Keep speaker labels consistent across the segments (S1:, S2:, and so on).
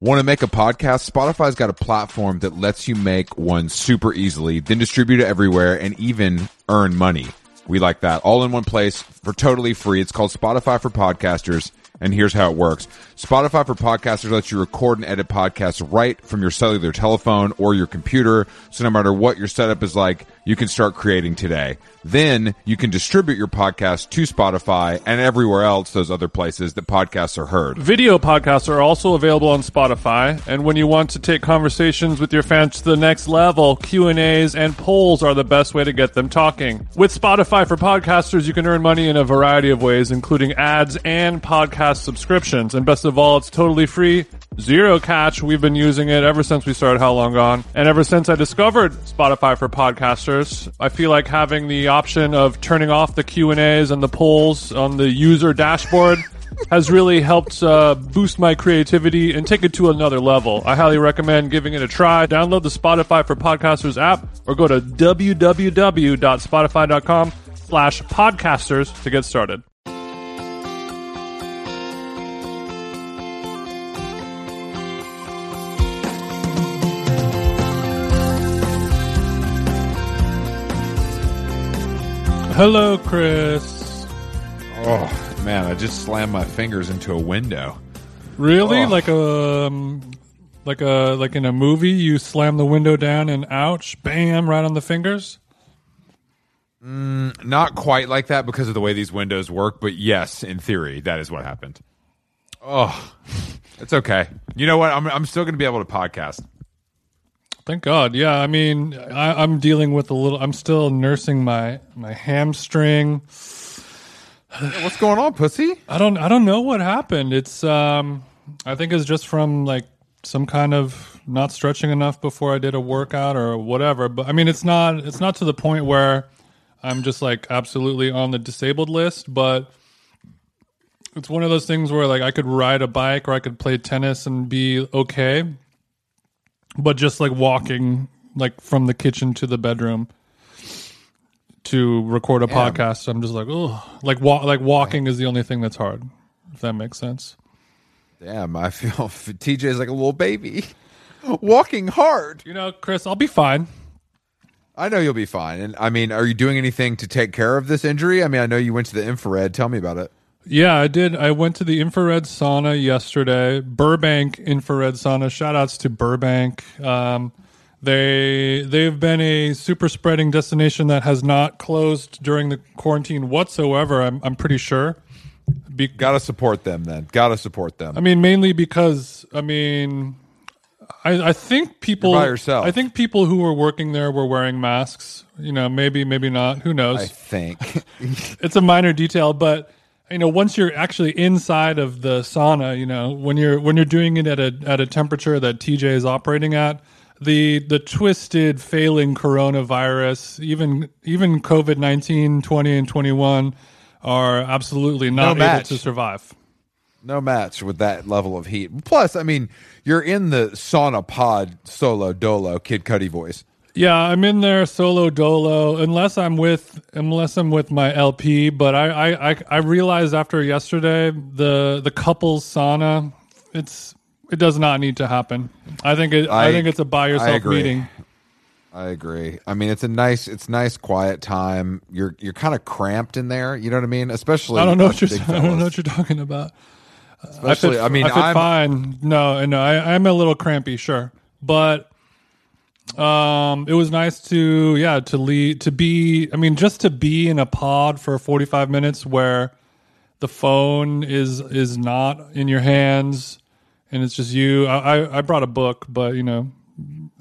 S1: Want to make a podcast? Spotify's got a platform that lets you make one super easily, then distribute it everywhere and even earn money. We like that. All in one place for totally free. It's called Spotify for Podcasters. And here's how it works. Spotify for Podcasters lets you record and edit podcasts right from your cellular telephone or your computer. So no matter what your setup is like, you can start creating today. Then you can distribute your podcast to Spotify and everywhere else, those other places that podcasts are heard.
S2: Video podcasts are also available on Spotify, and when you want to take conversations with your fans to the next level, Q&As and polls are the best way to get them talking. With Spotify for podcasters, you can earn money in a variety of ways, including ads and podcast subscriptions. And best of all, it's totally free, zero catch. We've been using it ever since we started How Long Gone, and ever since I discovered Spotify for podcasters, I feel like having the option of turning off the Q&As and the polls on the user dashboard has really helped uh, boost my creativity and take it to another level. I highly recommend giving it a try. Download the Spotify for Podcasters app or go to www.spotify.com slash podcasters to get started. Hello, Chris.
S1: Oh, man, I just slammed my fingers into a window.
S2: Really?
S1: Oh.
S2: Like a um, like a like in a movie, you slam the window down and ouch, bam, right on the fingers.
S1: Not quite like that because of the way these windows work, but yes, in theory, that is what happened. Oh, it's okay. You know what? I'm, I'm still going to be able to podcast.
S2: Thank God. Yeah, I mean, I, I'm dealing with a little. I'm still nursing my my hamstring.
S1: What's going on, pussy?
S2: I don't I don't know what happened. It's um, I think it's just from like some kind of not stretching enough before I did a workout or whatever. But I mean, it's not it's not to the point where I'm just like absolutely on the disabled list, but it's one of those things where like I could ride a bike or I could play tennis and be okay, but just like walking like from the kitchen to the bedroom to record a podcast, I'm just like oh, like wa- like walking is the only thing that's hard. If that makes sense.
S1: Damn, I feel TJ's like a little baby walking hard.
S2: You know, Chris, I'll be fine.
S1: I know you'll be fine. And I mean, are you doing anything to take care of this injury? I mean, I know you went to the infrared. Tell me about it.
S2: Yeah, I did. I went to the infrared sauna yesterday, Burbank infrared sauna. Shout outs to Burbank. Um, they they've been a super spreading destination that has not closed during the quarantine whatsoever. I'm I'm pretty sure. Be-
S1: Got to support them then. Got to support them.
S2: I mean, mainly because I mean, I, I think people
S1: You're by yourself.
S2: I think people who were working there were wearing masks. You know, maybe maybe not. Who knows?
S1: I think.
S2: it's a minor detail, but you know, once you're actually inside of the sauna, you know, when you're when you're doing it at a at a temperature that TJ is operating at, the the twisted failing coronavirus, even even COVID 19, 20 and 21 are absolutely not able
S1: match.
S2: to survive.
S1: no match with that level of heat. Plus, I mean, you're in the sauna pod solo dolo Kid Cudi voice.
S2: Yeah, I'm in there solo dolo unless I'm with unless I'm with my LP. But I I, I, I realized after yesterday the the couples sauna, it's it does not need to happen. I think it, I,
S1: I-
S2: think it's a by
S1: I
S2: yourself
S1: agree.
S2: meeting.
S1: I agree. I mean, it's a nice, it's nice quiet time. You're you're kind of cramped in there. You know what I mean? Especially
S2: I don't know what you're
S1: big
S2: I don't
S1: fellas.
S2: know what you're talking about.
S1: Especially, I,
S2: fit-
S1: mean,
S2: I fit
S1: I'm
S2: fine. No, no, I, I'm a little crampy, sure, but um, it was nice to yeah to lead to be. I mean, just to be in a pod for 45 minutes where the phone is is not in your hands and it's just you. I I, I brought a book, but you know.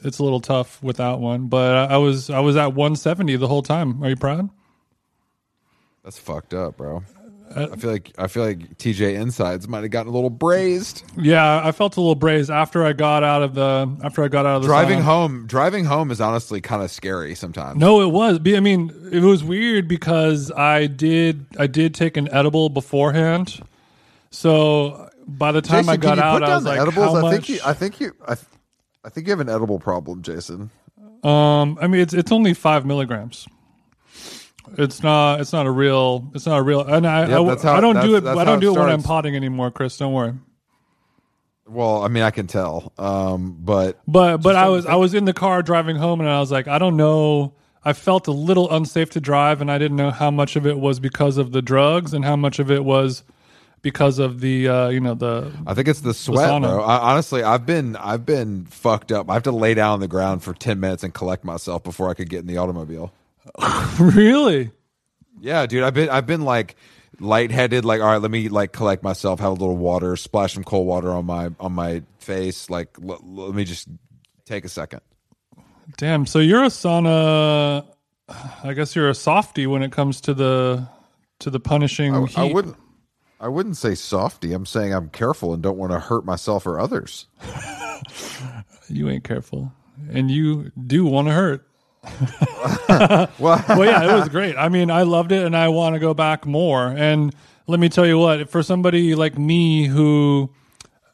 S2: It's a little tough without one, but I I was I was at 170 the whole time. Are you proud?
S1: that's fucked up, bro.
S2: Uh,
S1: I feel like I feel like TJ insides might have gotten a little braised.
S2: Yeah, I felt a little braised after I got out of the after I got out of the
S1: Driving
S2: sauna.
S1: home, driving home is honestly kind of scary sometimes.
S2: No, it was. Be- I mean, it was weird because I did I did take an edible beforehand. So by the time
S1: Jason,
S2: I
S1: can
S2: got
S1: you
S2: out,
S1: put down
S2: I was
S1: the
S2: like,
S1: edibles?
S2: how
S1: I
S2: much?
S1: think you, I think you, I, th- I think you have an edible problem, Jason.
S2: um, I mean, it's it's only five milligrams. It's not it's not a real it's not a real. And I I,
S1: that's how-
S2: I don't do
S1: that's-
S2: it
S1: that's
S2: I
S1: how
S2: don't
S1: it
S2: do it when I'm
S1: starts.
S2: potting anymore, Chris. Don't worry.
S1: Well, I mean, I can tell, um, but
S2: But but I was I was in the car driving home and I was like, I don't know. I felt a little unsafe to drive and I didn't know how much of it was because of the drugs and how much of it was because of the uh, you know the
S1: I think it's the sweat,
S2: Sauna.
S1: bro. I, honestly, I've been I've been fucked up. I have to lay down on the ground for ten minutes and collect myself before I could get in the automobile.
S2: really
S1: Yeah, dude, I've been I've been like lightheaded. Like, all right, let me like collect myself, have a little water, splash some cold water on my on my face. Like, l- let me just take a second.
S2: damn. So you're a sauna. I guess you're a softie when it comes to the to the punishing.
S1: I,
S2: heat.
S1: I wouldn't. I wouldn't say softy. I'm saying I'm careful and don't want to hurt myself or others.
S2: You ain't careful, and you do want to hurt.
S1: Well,
S2: well, yeah, it was great. I mean, I loved it, and I want to go back more. And let me tell you what, for somebody like me who,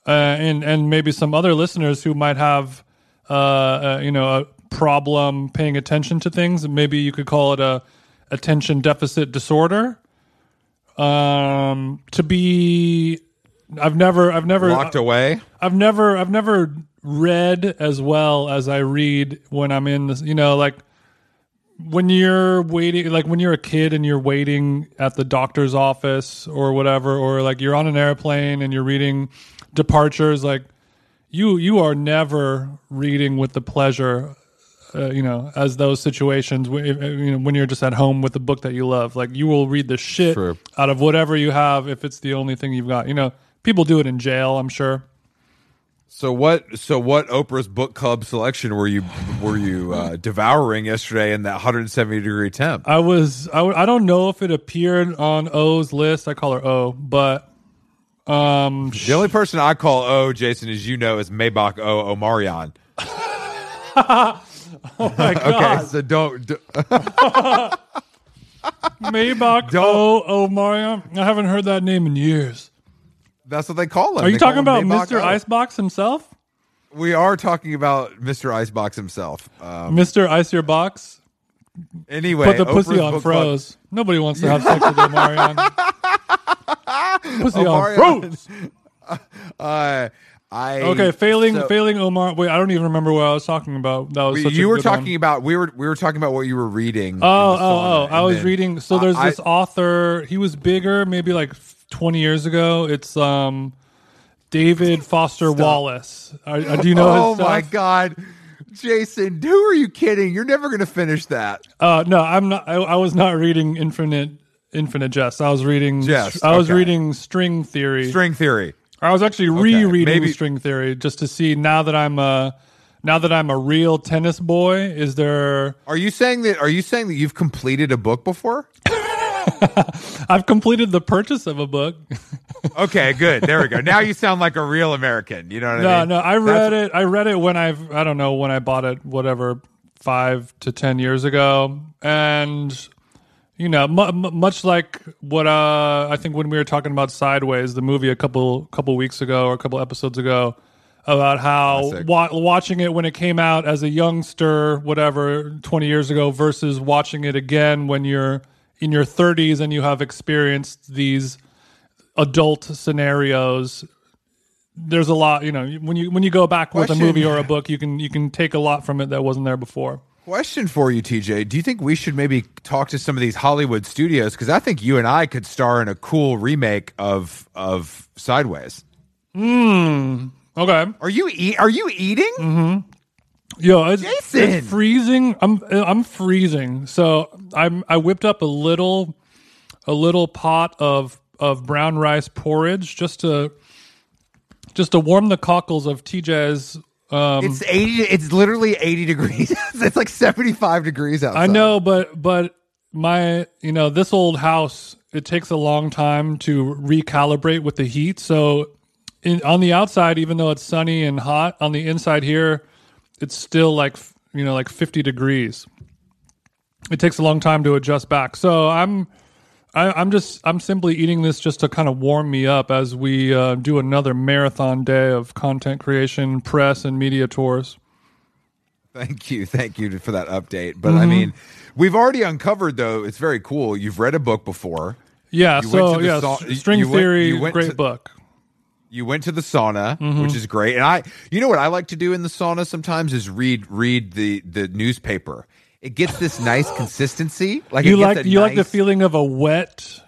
S2: uh, and and maybe some other listeners who might have, uh, uh, you know, a problem paying attention to things, and maybe you could call it a attention deficit disorder. Um, to be, I've never, I've never
S1: locked away.
S2: I've never I've never read as well as I read when I'm in this you know like when you're waiting like when you're a kid and you're waiting at the doctor's office or whatever or like you're on an airplane and you're reading departures like you you are never reading with the pleasure uh, you know as those situations wh- if- you know when you're just at home with the book that you love like you will read the shit
S1: True.
S2: out of whatever you have if it's the only thing you've got you know people do it in jail I'm sure
S1: So what? So what? Oprah's book club selection were you were you uh, devouring yesterday in that 170 degree temp?
S2: I was I, w- I don't know if it appeared on O's list. I call her O, but um
S1: The only person I call O, Jason, as you know, is Maybach O Omarion.
S2: my
S1: Okay,
S2: god,
S1: so don't d-
S2: Maybach O Omarion. I haven't heard that name in years.
S1: that's what they call him.
S2: Are you
S1: They call
S2: talking about
S1: him Maybach
S2: Mr.
S1: O.
S2: Icebox himself?
S1: We are talking about Mr. Icebox himself. Um,
S2: Mr. Ice Your Box?
S1: anyway,
S2: Put the
S1: Oprah's
S2: pussy
S1: book
S2: on
S1: club-
S2: froze. Nobody wants to have sex with Omarion. pussy
S1: Omarion.
S2: on froze.
S1: Uh, I
S2: Okay, failing
S1: so-
S2: failing Omar. Wait, I don't even remember what I was talking about. That was
S1: we-
S2: such a
S1: you were
S2: good one.
S1: talking about we were we were talking about what you were reading.
S2: Oh,
S1: in the sauna,
S2: oh, oh!
S1: and
S2: I was
S1: then
S2: reading. So there's
S1: I-
S2: this author. He was bigger, maybe like 20 years ago. It's um, David Foster Wallace. Are, are- do you know
S1: Oh
S2: his stuff?
S1: my god, Jason, who are you kidding? You're never going to finish that.
S2: Uh, no, I'm not. I, I was not reading Infinite Infinite Jest. I was reading.
S1: Jest,
S2: I was
S1: okay.
S2: reading String Theory.
S1: String theory.
S2: I was actually rereading
S1: maybe-
S2: String Theory just to see now that I'm a now that I'm a real tennis boy. Is there?
S1: Are you saying that? Are you saying that you've completed a book before?
S2: I've completed the purchase of a book.
S1: Okay, good. There we go. Now you sound like a real American. You know what I
S2: No,
S1: mean?
S2: no, I read it. I read it when I've I don't know when I bought it, whatever, five to ten years ago, and you know, mu- mu much like what uh, I think when we were talking about Sideways, the movie a couple couple weeks ago or a couple episodes ago, about how
S1: Classic.
S2: wa- watching it when it came out as a youngster, whatever, twenty years ago, versus watching it again when you're in your 30s and you have experienced these adult scenarios there's a lot you know when you when you go back with a
S1: Question.
S2: movie or a book you can you can take a lot from it that wasn't there before
S1: Question for you, TJ. Do you think we should maybe talk to some of these Hollywood studios? Because I think you and I could star in a cool remake of of Sideways.
S2: okay
S1: Are you eat? Are you eating?
S2: Mm-hmm. yo it's,
S1: Jason!
S2: it's freezing i'm i'm freezing so i'm i whipped up a little a little pot of of brown rice porridge just to just to warm the cockles of tj's um
S1: It's eighty. It's literally eighty degrees. it's like seventy five degrees outside.
S2: I know, but but my you know this old house it takes a long time to recalibrate with the heat. So in, on the outside, even though it's sunny and hot, on the inside here, it's still like f- you know like fifty degrees. It takes a long time to adjust back. So I'm. I, I'm just I'm simply eating this just to kind of warm me up as we uh, do another marathon day of content creation, press, and media tours.
S1: Thank you, thank you for that update. But
S2: Mm-hmm.
S1: I mean, we've already uncovered though. It's very cool. You've read a book before.
S2: Yeah,
S1: went
S2: so
S1: to the
S2: yeah,
S1: song-
S2: s- string
S1: you went-
S2: theory,
S1: you went
S2: great
S1: to-
S2: book.
S1: You went to the sauna,
S2: Mm-hmm.
S1: which is great. And I, you know what I like to do in the sauna sometimes is read read the the newspaper. It gets this nice consistency. Like it
S2: You
S1: gets
S2: like
S1: a
S2: you like the
S1: nice-
S2: feeling of a wet,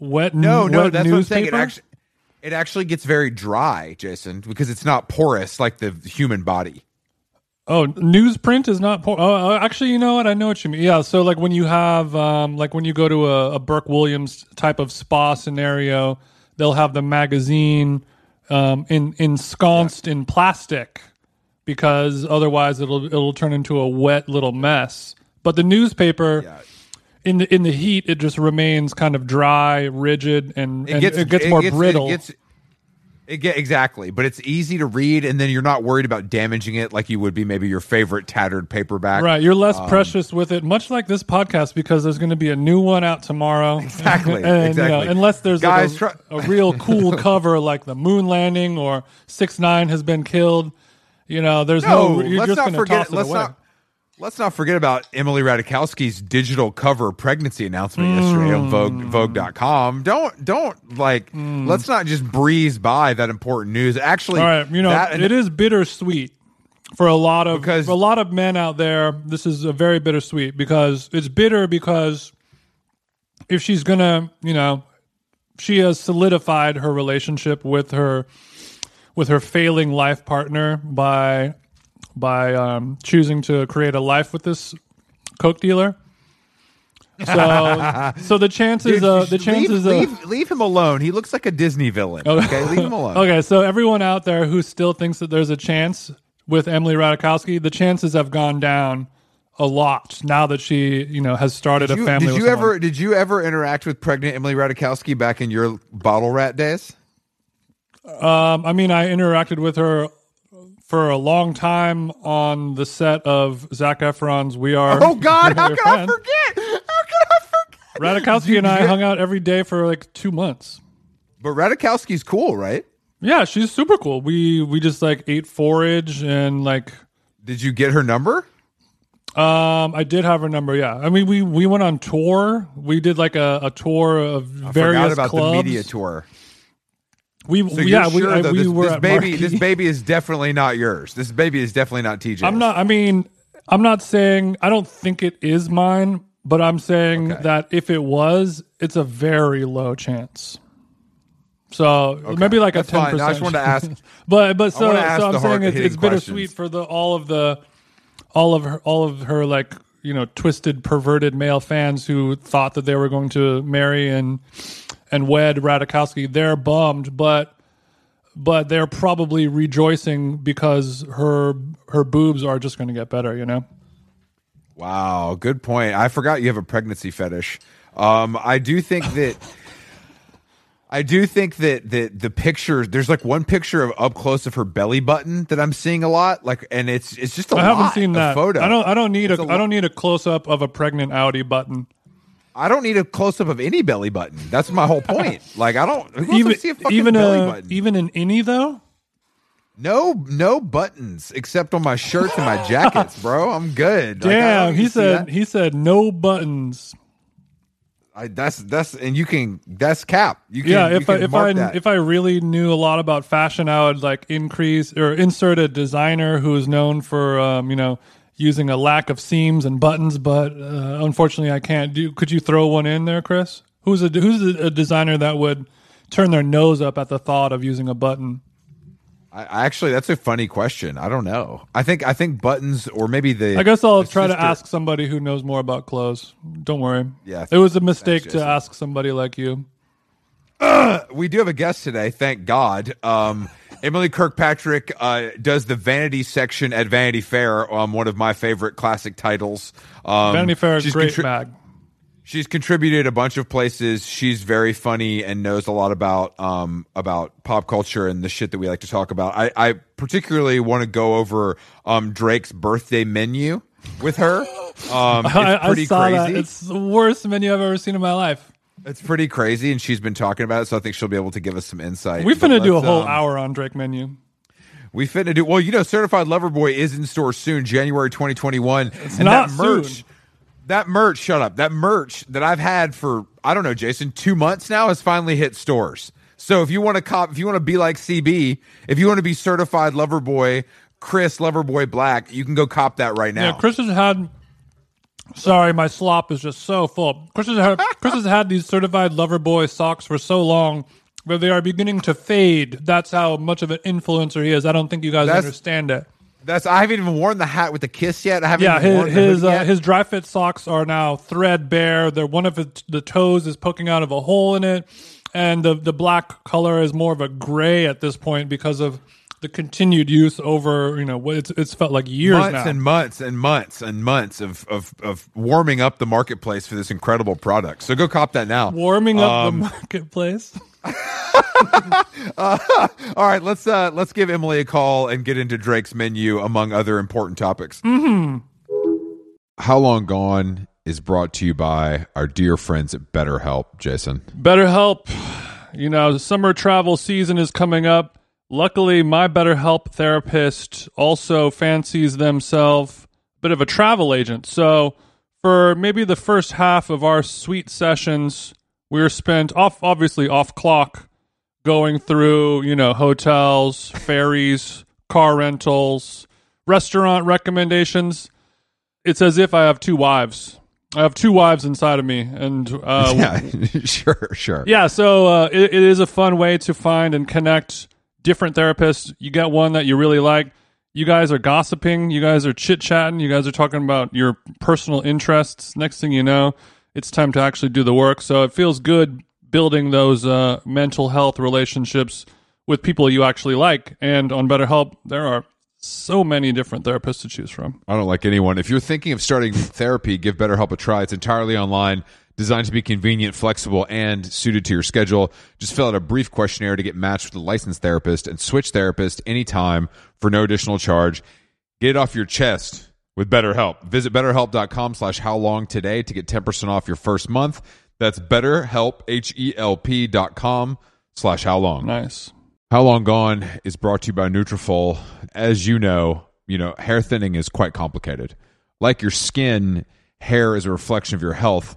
S2: wet.
S1: No, no,
S2: wet
S1: that's what I'm saying.
S2: newspaper?
S1: It actually it actually gets very dry, Jason, because it's not porous like the human body.
S2: Oh, newsprint is not. Por- oh, oh, actually, you know what? I know what you mean. Yeah. So, like when you have, um, like when you go to a, a Burke Williams type of spa scenario, they'll have the magazine um, in ensconced in plastic because otherwise it'll it'll turn into a wet little mess. But the newspaper. In the in the heat, it just remains kind of dry, rigid, and and it gets, more brittle.
S1: It gets, it get, exactly, but it's easy to read, and then you're not worried about damaging it like you would be maybe your favorite tattered paperback.
S2: Right, you're less
S1: Um,
S2: precious with it, much like this podcast, because there's going to be a new one out tomorrow.
S1: Exactly,
S2: And, you know,
S1: exactly.
S2: unless there's
S1: Guys,
S2: like
S1: try-
S2: a, a real cool cover, like the moon landing or six nine has been killed. You know, there's no.
S1: No,
S2: you're
S1: let's
S2: just
S1: not
S2: going to
S1: forget.
S2: toss it
S1: Let's
S2: away.
S1: not. Let's not forget about Emily Radikowski's digital cover pregnancy announcement yesterday on Vogue,
S2: Mm.
S1: Vogue.com. Don't don't like. Let's not just breeze by that important news. Actually,
S2: All right, you know,
S1: that,
S2: it is bittersweet for a lot of
S1: Because-
S2: for a lot of men out there. This is a very bittersweet because it's bitter because if she's gonna, you know, she has solidified her relationship with her with her failing life partner by by um, choosing to create a life with this coke dealer. So, so the chances,
S1: Dude,
S2: uh,
S1: just
S2: the chances
S1: leave,
S2: of Oh.
S1: leave, leave him alone. He looks like a Disney villain. Okay, leave him alone.
S2: Okay, so everyone out there who still thinks that there's a chance with Emily Radikowski, the chances have gone down a lot now that she, you know, has started
S1: Did
S2: a
S1: you,
S2: family.
S1: did
S2: with
S1: you
S2: someone.
S1: ever did you ever interact with pregnant Emily Radikowski back in your bottle rat days?
S2: Um, I mean, I interacted with her for a long time on the set of Zach Efron's "We Are."
S1: Oh God, how
S2: Your
S1: could I
S2: Friends.
S1: forget? How could I forget?
S2: Radikowski and I hung out every day for like two months.
S1: But Radikowski's cool, right?
S2: Yeah, she's super cool. We we just like ate forage and like
S1: Did you get her number?
S2: Um, I did have her number. Yeah, I mean, we we went on tour. We did like a, a tour of various
S1: Forgot about
S2: clubs.
S1: the media tour.
S2: We
S1: So
S2: yeah,
S1: you're
S2: we,
S1: sure
S2: I-
S1: though,
S2: we
S1: this,
S2: were
S1: this
S2: at
S1: baby
S2: Marquee.
S1: this baby is definitely not yours. This baby is definitely not TJ.
S2: I'm not. I mean, I'm not saying I don't think it is mine, but I'm saying
S1: Okay.
S2: that if it was, it's a very low chance. So maybe like
S1: That's
S2: a ten
S1: fine.
S2: percent.
S1: I just wanted to ask-
S2: but but so,
S1: wanna ask
S2: so I'm
S1: the
S2: saying it's,
S1: hard-hitting
S2: it's bittersweet
S1: questions.
S2: for the all of the all of her all of her like you know twisted perverted male fans who thought that they were going to marry and and wed Radikowski. They're bummed, but but they're probably rejoicing because her her boobs are just going to get better. You know.
S1: Wow, good point. I forgot you have a pregnancy fetish. Um, I do think that I do think that that the picture there's like one picture of up close of her belly button that I'm seeing a lot. Like, and it's it's just a
S2: I haven't
S1: lot
S2: seen
S1: of
S2: that
S1: photo.
S2: I don't. I don't need a.
S1: It's a
S2: I don't need a close up of a pregnant Audi button.
S1: I don't need a close up of any belly button. That's my whole point. Like, I don't who wants to
S2: Even
S1: see a fucking
S2: even
S1: belly
S2: a,
S1: button.
S2: even an innie though.
S1: no no buttons except on my shirts and my jackets, bro. I'm good. Like, I don't
S2: Damn,
S1: need
S2: he
S1: to see
S2: said.
S1: that.
S2: He said no buttons.
S1: I, that's that's and you can that's cap. You can,
S2: Yeah,
S1: you
S2: if I
S1: can
S2: if
S1: mark
S2: I
S1: that.
S2: if I really knew a lot about fashion, I would like increase or insert a designer who is known for um, you know using a lack of seams and buttons. But uh, unfortunately, I can't. Do could you throw one in there, Chris? Who's a who's a, a designer that would turn their nose up at the thought of using a button?
S1: I- I actually, that's a funny question. I don't know. I think I think buttons or maybe the.
S2: I guess I'll
S1: the
S2: try to
S1: sister-
S2: ask somebody who knows more about clothes. Don't worry.
S1: Yeah,
S2: it was a mistake to
S1: Jason. Um,
S2: ask somebody like you.
S1: We do have a guest today, thank God. Um, Emily Kirkpatrick uh, does the vanity section at Vanity Fair, um, one of my favorite classic titles. Um,
S2: Vanity Fair,
S1: she's
S2: great
S1: contri-
S2: mag.
S1: She's contributed a bunch of places. She's very funny and knows a lot about um about pop culture and the shit that we like to talk about. I, I particularly want to go over um Drake's birthday menu with her. Um, it's
S2: I, I
S1: pretty
S2: saw
S1: crazy.
S2: that. It's the worst menu I've ever seen in my life.
S1: It's pretty crazy, and she's been talking about it, so I think she'll be able to give us some insight.
S2: We're
S1: But
S2: finna do a
S1: let's,
S2: whole
S1: um,
S2: hour on Drake menu.
S1: We finna do well. You know, Certified Lover Boy is in store soon, January 2021, and
S2: not
S1: that merch.
S2: soon.
S1: That merch, shut up. That merch that I've had for I don't know, Jason, two months now has finally hit stores.
S3: So if you want to cop, if you want to be like CB, if you want to be certified lover boy, Chris Loverboy Black, you can go cop that right now.
S2: Yeah, Chris has had. Sorry, my slop is just so full. Chris has had, Chris has had these certified lover boy socks for so long that they are beginning to fade. That's how much of an influencer he is. I don't think you guys
S3: That's-
S2: understand it.
S3: That's I haven't even worn the hat with the kiss yet. I haven't.
S2: Yeah,
S3: even worn
S2: his
S3: the
S2: his,
S3: hoodie
S2: uh,
S3: yet.
S2: his dry fit socks are now threadbare. They're one of his, the toes is poking out of a hole in it, and the the black color is more of a gray at this point because of the continued use over you know what it's it's felt like years
S3: months
S2: now.
S3: and months and months and months of, of of warming up the marketplace for this incredible product. So go cop that now.
S2: Warming up the marketplace.
S3: All right, let's uh let's give Emily a call and get into Drake's menu among other important topics.
S1: How Long Gone is brought to you by our dear friends at BetterHelp, Jason.
S2: BetterHelp, you know, summer travel season is coming up. Luckily, my BetterHelp therapist also fancies themselves a bit of a travel agent. So, for maybe the first half of our sweet sessions, we were spent off, obviously off clock, going through, you know, hotels, ferries, car rentals, restaurant recommendations. It's as if I have two wives. I have two wives inside of me, and uh,
S1: yeah, sure, sure.
S2: yeah, so uh, it, it is a fun way to find and connect different therapists. You get one that you really like. You guys are gossiping. You guys are chit chatting. You guys are talking about your personal interests. Next thing you know, it's time to actually do the work. So it feels good building those uh, mental health relationships with people you actually like. And on BetterHelp, there are so many different therapists to choose from.
S1: I don't like anyone. If you're thinking of starting therapy, give BetterHelp a try. It's entirely online, designed to be convenient, flexible, and suited to your schedule. Just fill out a brief questionnaire to get matched with a licensed therapist and switch therapist anytime for no additional charge. Get it off your chest with BetterHelp. Visit betterhelp.com slash how long today to get 10% off your first month. That's betterhelp, H-E-L-P dot com slash how long.
S2: Nice.
S1: How Long Gone is brought to you by Nutrafol. As you know, you know, hair thinning is quite complicated. Like your skin, hair is a reflection of your health.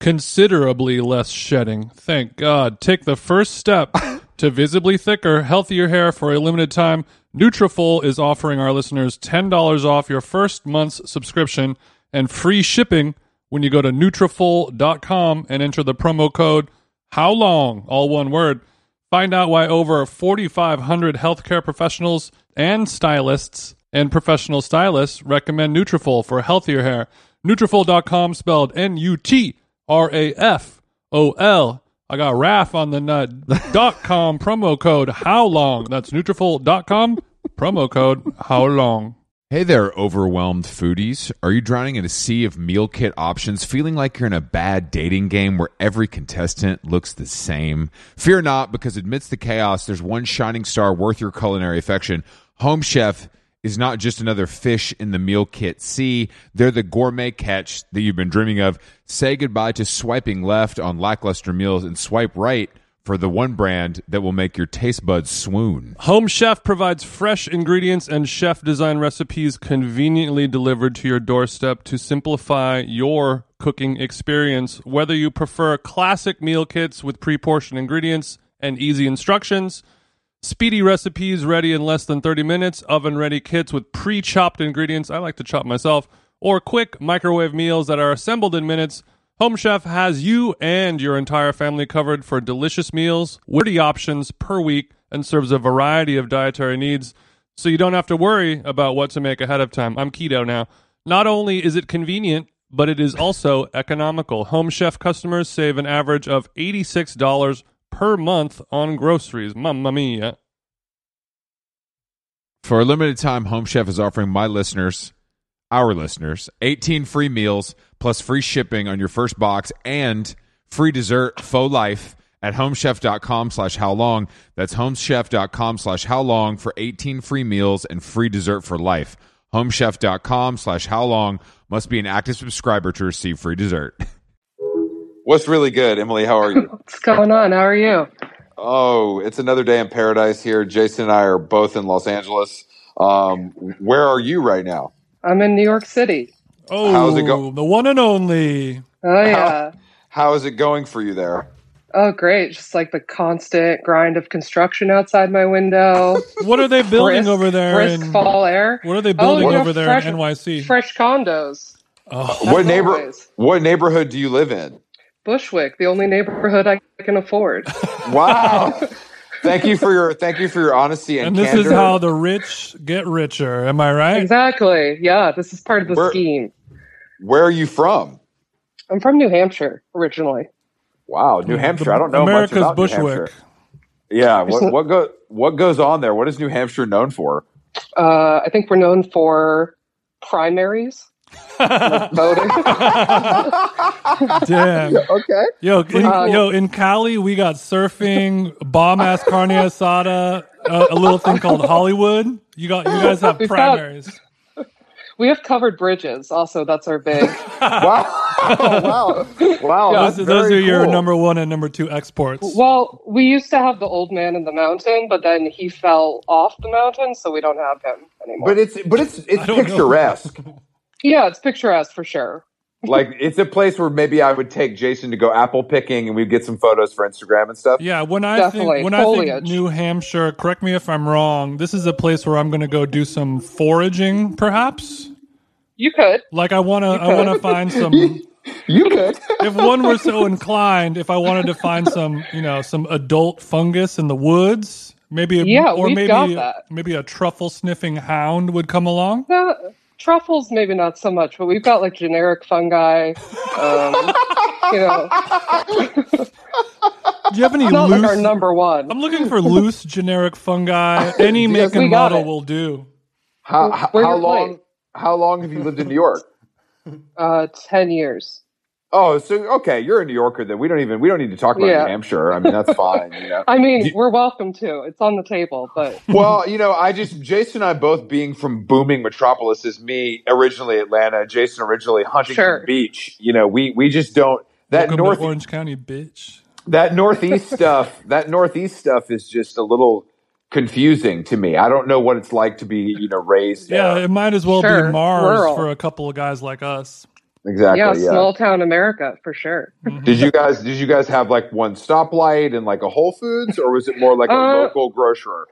S2: considerably less shedding. Thank God. Take the first step to visibly thicker, healthier hair for a limited time. Nutrafol is offering our listeners $10 off your first month's subscription and free shipping when you go to Nutrafol.com and enter the promo code How Long, all one word. Find out why over 4,500 healthcare professionals and stylists and professional stylists recommend Nutrafol for healthier hair. Nutrafol.com spelled N-U-T-R-A-F-O-L. I got RAF on the nut. dot com promo code how long. That's Nutrafol.com promo code how long.
S1: Hey there, overwhelmed foodies. Are you drowning in a sea of meal kit options, feeling like you're in a bad dating game where every contestant looks the same? Fear not, because amidst the chaos, there's one shining star worth your culinary affection. Home Chef is not just another fish in the meal kit sea. They're the gourmet catch that you've been dreaming of. Say goodbye to swiping left on lackluster meals and swipe right for the one brand that will make your taste buds swoon.
S2: Home Chef provides fresh ingredients and chef design recipes conveniently delivered to your doorstep to simplify your cooking experience. Whether you prefer classic meal kits with pre portioned ingredients and easy instructions, speedy recipes ready in less than 30 minutes, oven ready kits with pre chopped ingredients, I like to chop myself, or quick microwave meals that are assembled in minutes, Home Chef has you and your entire family covered for delicious meals, witty options per week, and serves a variety of dietary needs so you don't have to worry about what to make ahead of time. I'm keto now. Not only is it convenient, but it is also economical. Home Chef customers save an average of $86 per month on groceries. Mamma mia.
S1: For a limited time, Home Chef is offering my listeners, our listeners, 18 free meals plus free shipping on your first box and free dessert faux life
S4: at homechef.com slash how long. That's homechef.com slash how long for 18 free meals and free dessert for life. Homechef.com slash how long must be an active subscriber to receive free dessert.
S1: What's really good, Emily? How are you?
S5: What's going on? How are you?
S1: Oh, it's another day in paradise here. Jason and I are both in Los Angeles. Um, where are you right now?
S5: I'm in New York City.
S2: Oh,
S1: How's it go-
S2: the one and only.
S5: Oh yeah.
S1: How is it going for you there?
S5: Oh great. Just like the constant grind of construction outside my window.
S2: What are they building
S5: Brisk-
S2: over there?
S5: Brisk
S2: in-
S5: fall Oh, air.
S2: what are they building
S5: you know,
S2: over there
S5: fresh-
S2: in NYC?
S5: Fresh condos.
S2: oh,
S1: What
S5: As
S1: neighbor?
S5: always.
S1: What neighborhood do you live in?
S5: Bushwick, the only neighborhood I can afford.
S1: Wow. thank you for your thank you for your honesty and,
S2: and this
S1: candor.
S2: is how the rich get richer. Am I right?
S5: exactly. Yeah, this is part of the
S1: Where-
S5: scheme.
S1: where are you from?
S5: I'm from New Hampshire originally.
S1: Wow, New Hampshire. I don't know
S2: America's
S1: much about New
S2: Bushwick.
S1: Hampshire. Yeah, what
S5: Isn't-
S1: what go what goes on there? What is New Hampshire known for?
S5: Uh, I think we're known for primaries, voting.
S2: Damn.
S5: okay.
S2: Yo, in,
S5: Uh,
S2: yo, in Cali, we got surfing, bomb ass carne asada, uh, a little thing called Hollywood. You got, you guys have
S5: We've got-
S2: primaries.
S5: We have covered bridges. Also, that's our big.
S1: Wow, wow, wow!
S2: Those,
S1: that's
S2: those
S1: very
S2: are your
S1: cool.
S2: number one and number two exports.
S5: well, we used to have the old man in the mountain, but then he fell off the mountain, so we don't have him anymore.
S1: But it's but it's it's
S2: I don't know.
S1: picturesque.
S5: yeah, it's picturesque for sure.
S1: like it's a place where maybe I would take Jason to go apple picking, and we'd get some photos for Instagram and stuff.
S2: Yeah, when I
S5: Definitely,
S2: think when I think
S5: foliage.
S2: New Hampshire, correct me if I'm wrong. This is a place where I'm going to go do some foraging, perhaps.
S5: You could.
S2: Like I want to, I
S5: Okay.
S2: want to find some.
S1: You could.
S2: If one were so inclined, if I wanted to find some, you know, some adult fungus in the woods, maybe, a,
S5: Yeah,
S2: or
S5: we've
S2: maybe,
S5: got that.
S2: maybe a truffle sniffing hound would come along.
S5: Uh, truffles, maybe not so much, but we've got like generic fungi. Um, you know,
S2: Do you have any
S5: not
S2: loose?
S5: like our number one.
S2: I'm looking for loose generic fungi. Any make
S5: we
S2: and
S5: got
S2: model
S5: it.
S2: will do.
S1: How, how,
S5: Where's
S1: how
S5: your plate?
S1: long? How long have you lived in New York?
S5: Uh, Ten years.
S1: Oh, so okay, you're a New Yorker. Then we don't even we don't need to talk about
S5: Yeah.
S1: New Hampshire. I mean, that's fine. You know.
S5: I mean, we're welcome to. It's on the table, but
S1: well, you know, I just Jason and I both being from booming metropolises. Me originally Atlanta, Jason originally Huntington
S5: Sure.
S1: Beach. You know, we we just don't that
S2: Welcome
S5: E-
S1: north
S2: to Orange County, bitch.
S1: that northeast stuff. That northeast stuff is just a little confusing to me. I don't know what it's like to be you know raised.
S2: Yeah,
S1: there.
S2: it might as well
S5: Sure,
S2: be Mars
S5: rural.
S2: for a couple of guys like us.
S1: exactly.
S5: yeah,
S1: Yeah,
S5: small town America for sure.
S2: Mm-hmm.
S1: Did you guys did you guys have like one stoplight and like a Whole Foods, or was it more like a
S5: Uh,
S1: local grocer?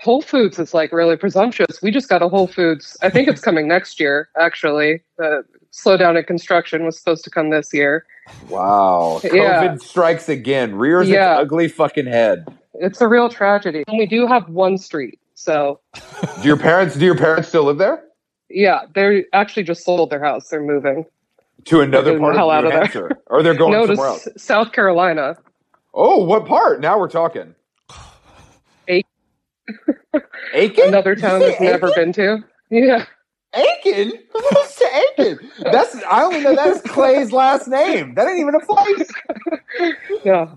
S5: Whole Foods is like really presumptuous. We just got a Whole Foods. I think it's coming next year, actually. The slowdown in construction was supposed to come this year.
S1: Wow. COVID
S5: Yeah.
S1: strikes again, rears
S5: Yeah.
S1: its ugly fucking head.
S5: It's a real tragedy. And we do have one street. So,
S1: Do your parents do your parents still live there?
S5: yeah, they actually just sold their house. They're moving.
S1: To another
S5: They're
S1: part
S5: the hell
S1: of
S5: out
S1: New
S5: of there.
S1: Hampshire. Or they're going
S5: no, to
S1: somewhere
S5: S-
S1: else.
S5: South Carolina.
S1: Oh, what part? Now we're talking.
S5: Aiken.
S1: Aiken?
S5: Another town
S1: Did you
S5: I've
S1: say
S5: never been to. Yeah.
S1: Aiken? Who the hell's to Aiken? That's I only know that's Clay's last name. That ain't even a place.
S5: Yeah.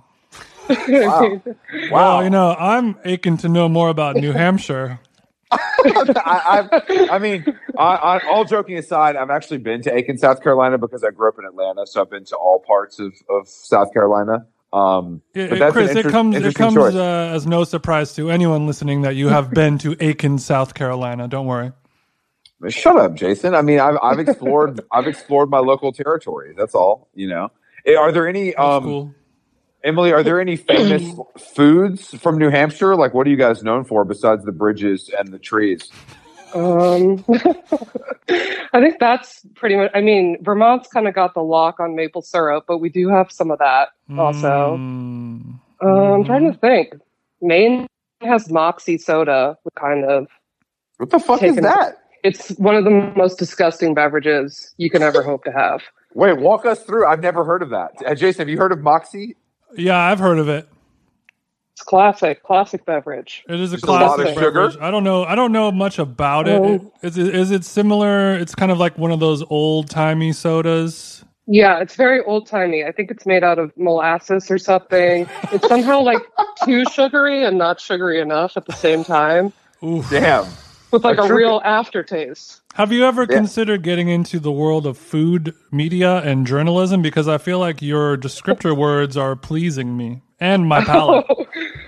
S1: Wow. Wow.
S2: Well, you know, I'm aching to know more about New Hampshire.
S1: I, I, I mean, I, I, all joking aside, I've actually been to Aiken, South Carolina, because I grew up in Atlanta, so I've been to all parts of, of South Carolina. Um,
S2: It,
S1: but
S2: it-
S1: that's an
S2: Chris, it
S1: inter-
S2: comes it
S1: interesting
S2: comes
S1: choice.
S2: uh, as no surprise to anyone listening that you have been to Aiken, South Carolina. Don't worry.
S1: Shut up, Jason. I mean, I've, I've explored I've explored my local territory. That's all. You know, Eh, are there any
S2: That's
S1: um,
S2: cool.
S1: Emily? Are there any famous foods from New Hampshire? Like, what are you guys known for besides the bridges and the trees?
S5: Um, I think that's pretty much. I mean, Vermont's kind of got the lock on maple syrup, but we do have some of that also.
S2: Mm.
S5: Um, I'm trying to think. Maine has Moxie soda, which kind of.
S1: What the fuck is
S5: Taken-
S1: that?
S5: It's one of the most disgusting beverages you can ever hope to have.
S1: Wait, walk us through. I've never heard of that. Uh, Jason, have you heard of Moxie?
S2: Yeah, I've heard of it.
S5: It's classic, classic beverage.
S2: It is a
S1: Just a lot
S2: classic
S1: of sugar?
S2: beverage. I don't know. I don't know much about it.
S5: Oh.
S2: Is it is it similar? It's kind of like one of those old timey sodas.
S5: Yeah, it's very old timey. I think it's made out of molasses or something. It's somehow like too sugary and not sugary enough at the same time,
S1: Damn.
S5: with like
S1: Or
S5: a
S1: sugar-
S5: real aftertaste.
S2: Have you ever considered getting into the world of food media and journalism? Because I feel like your descriptor words are pleasing me and my palate.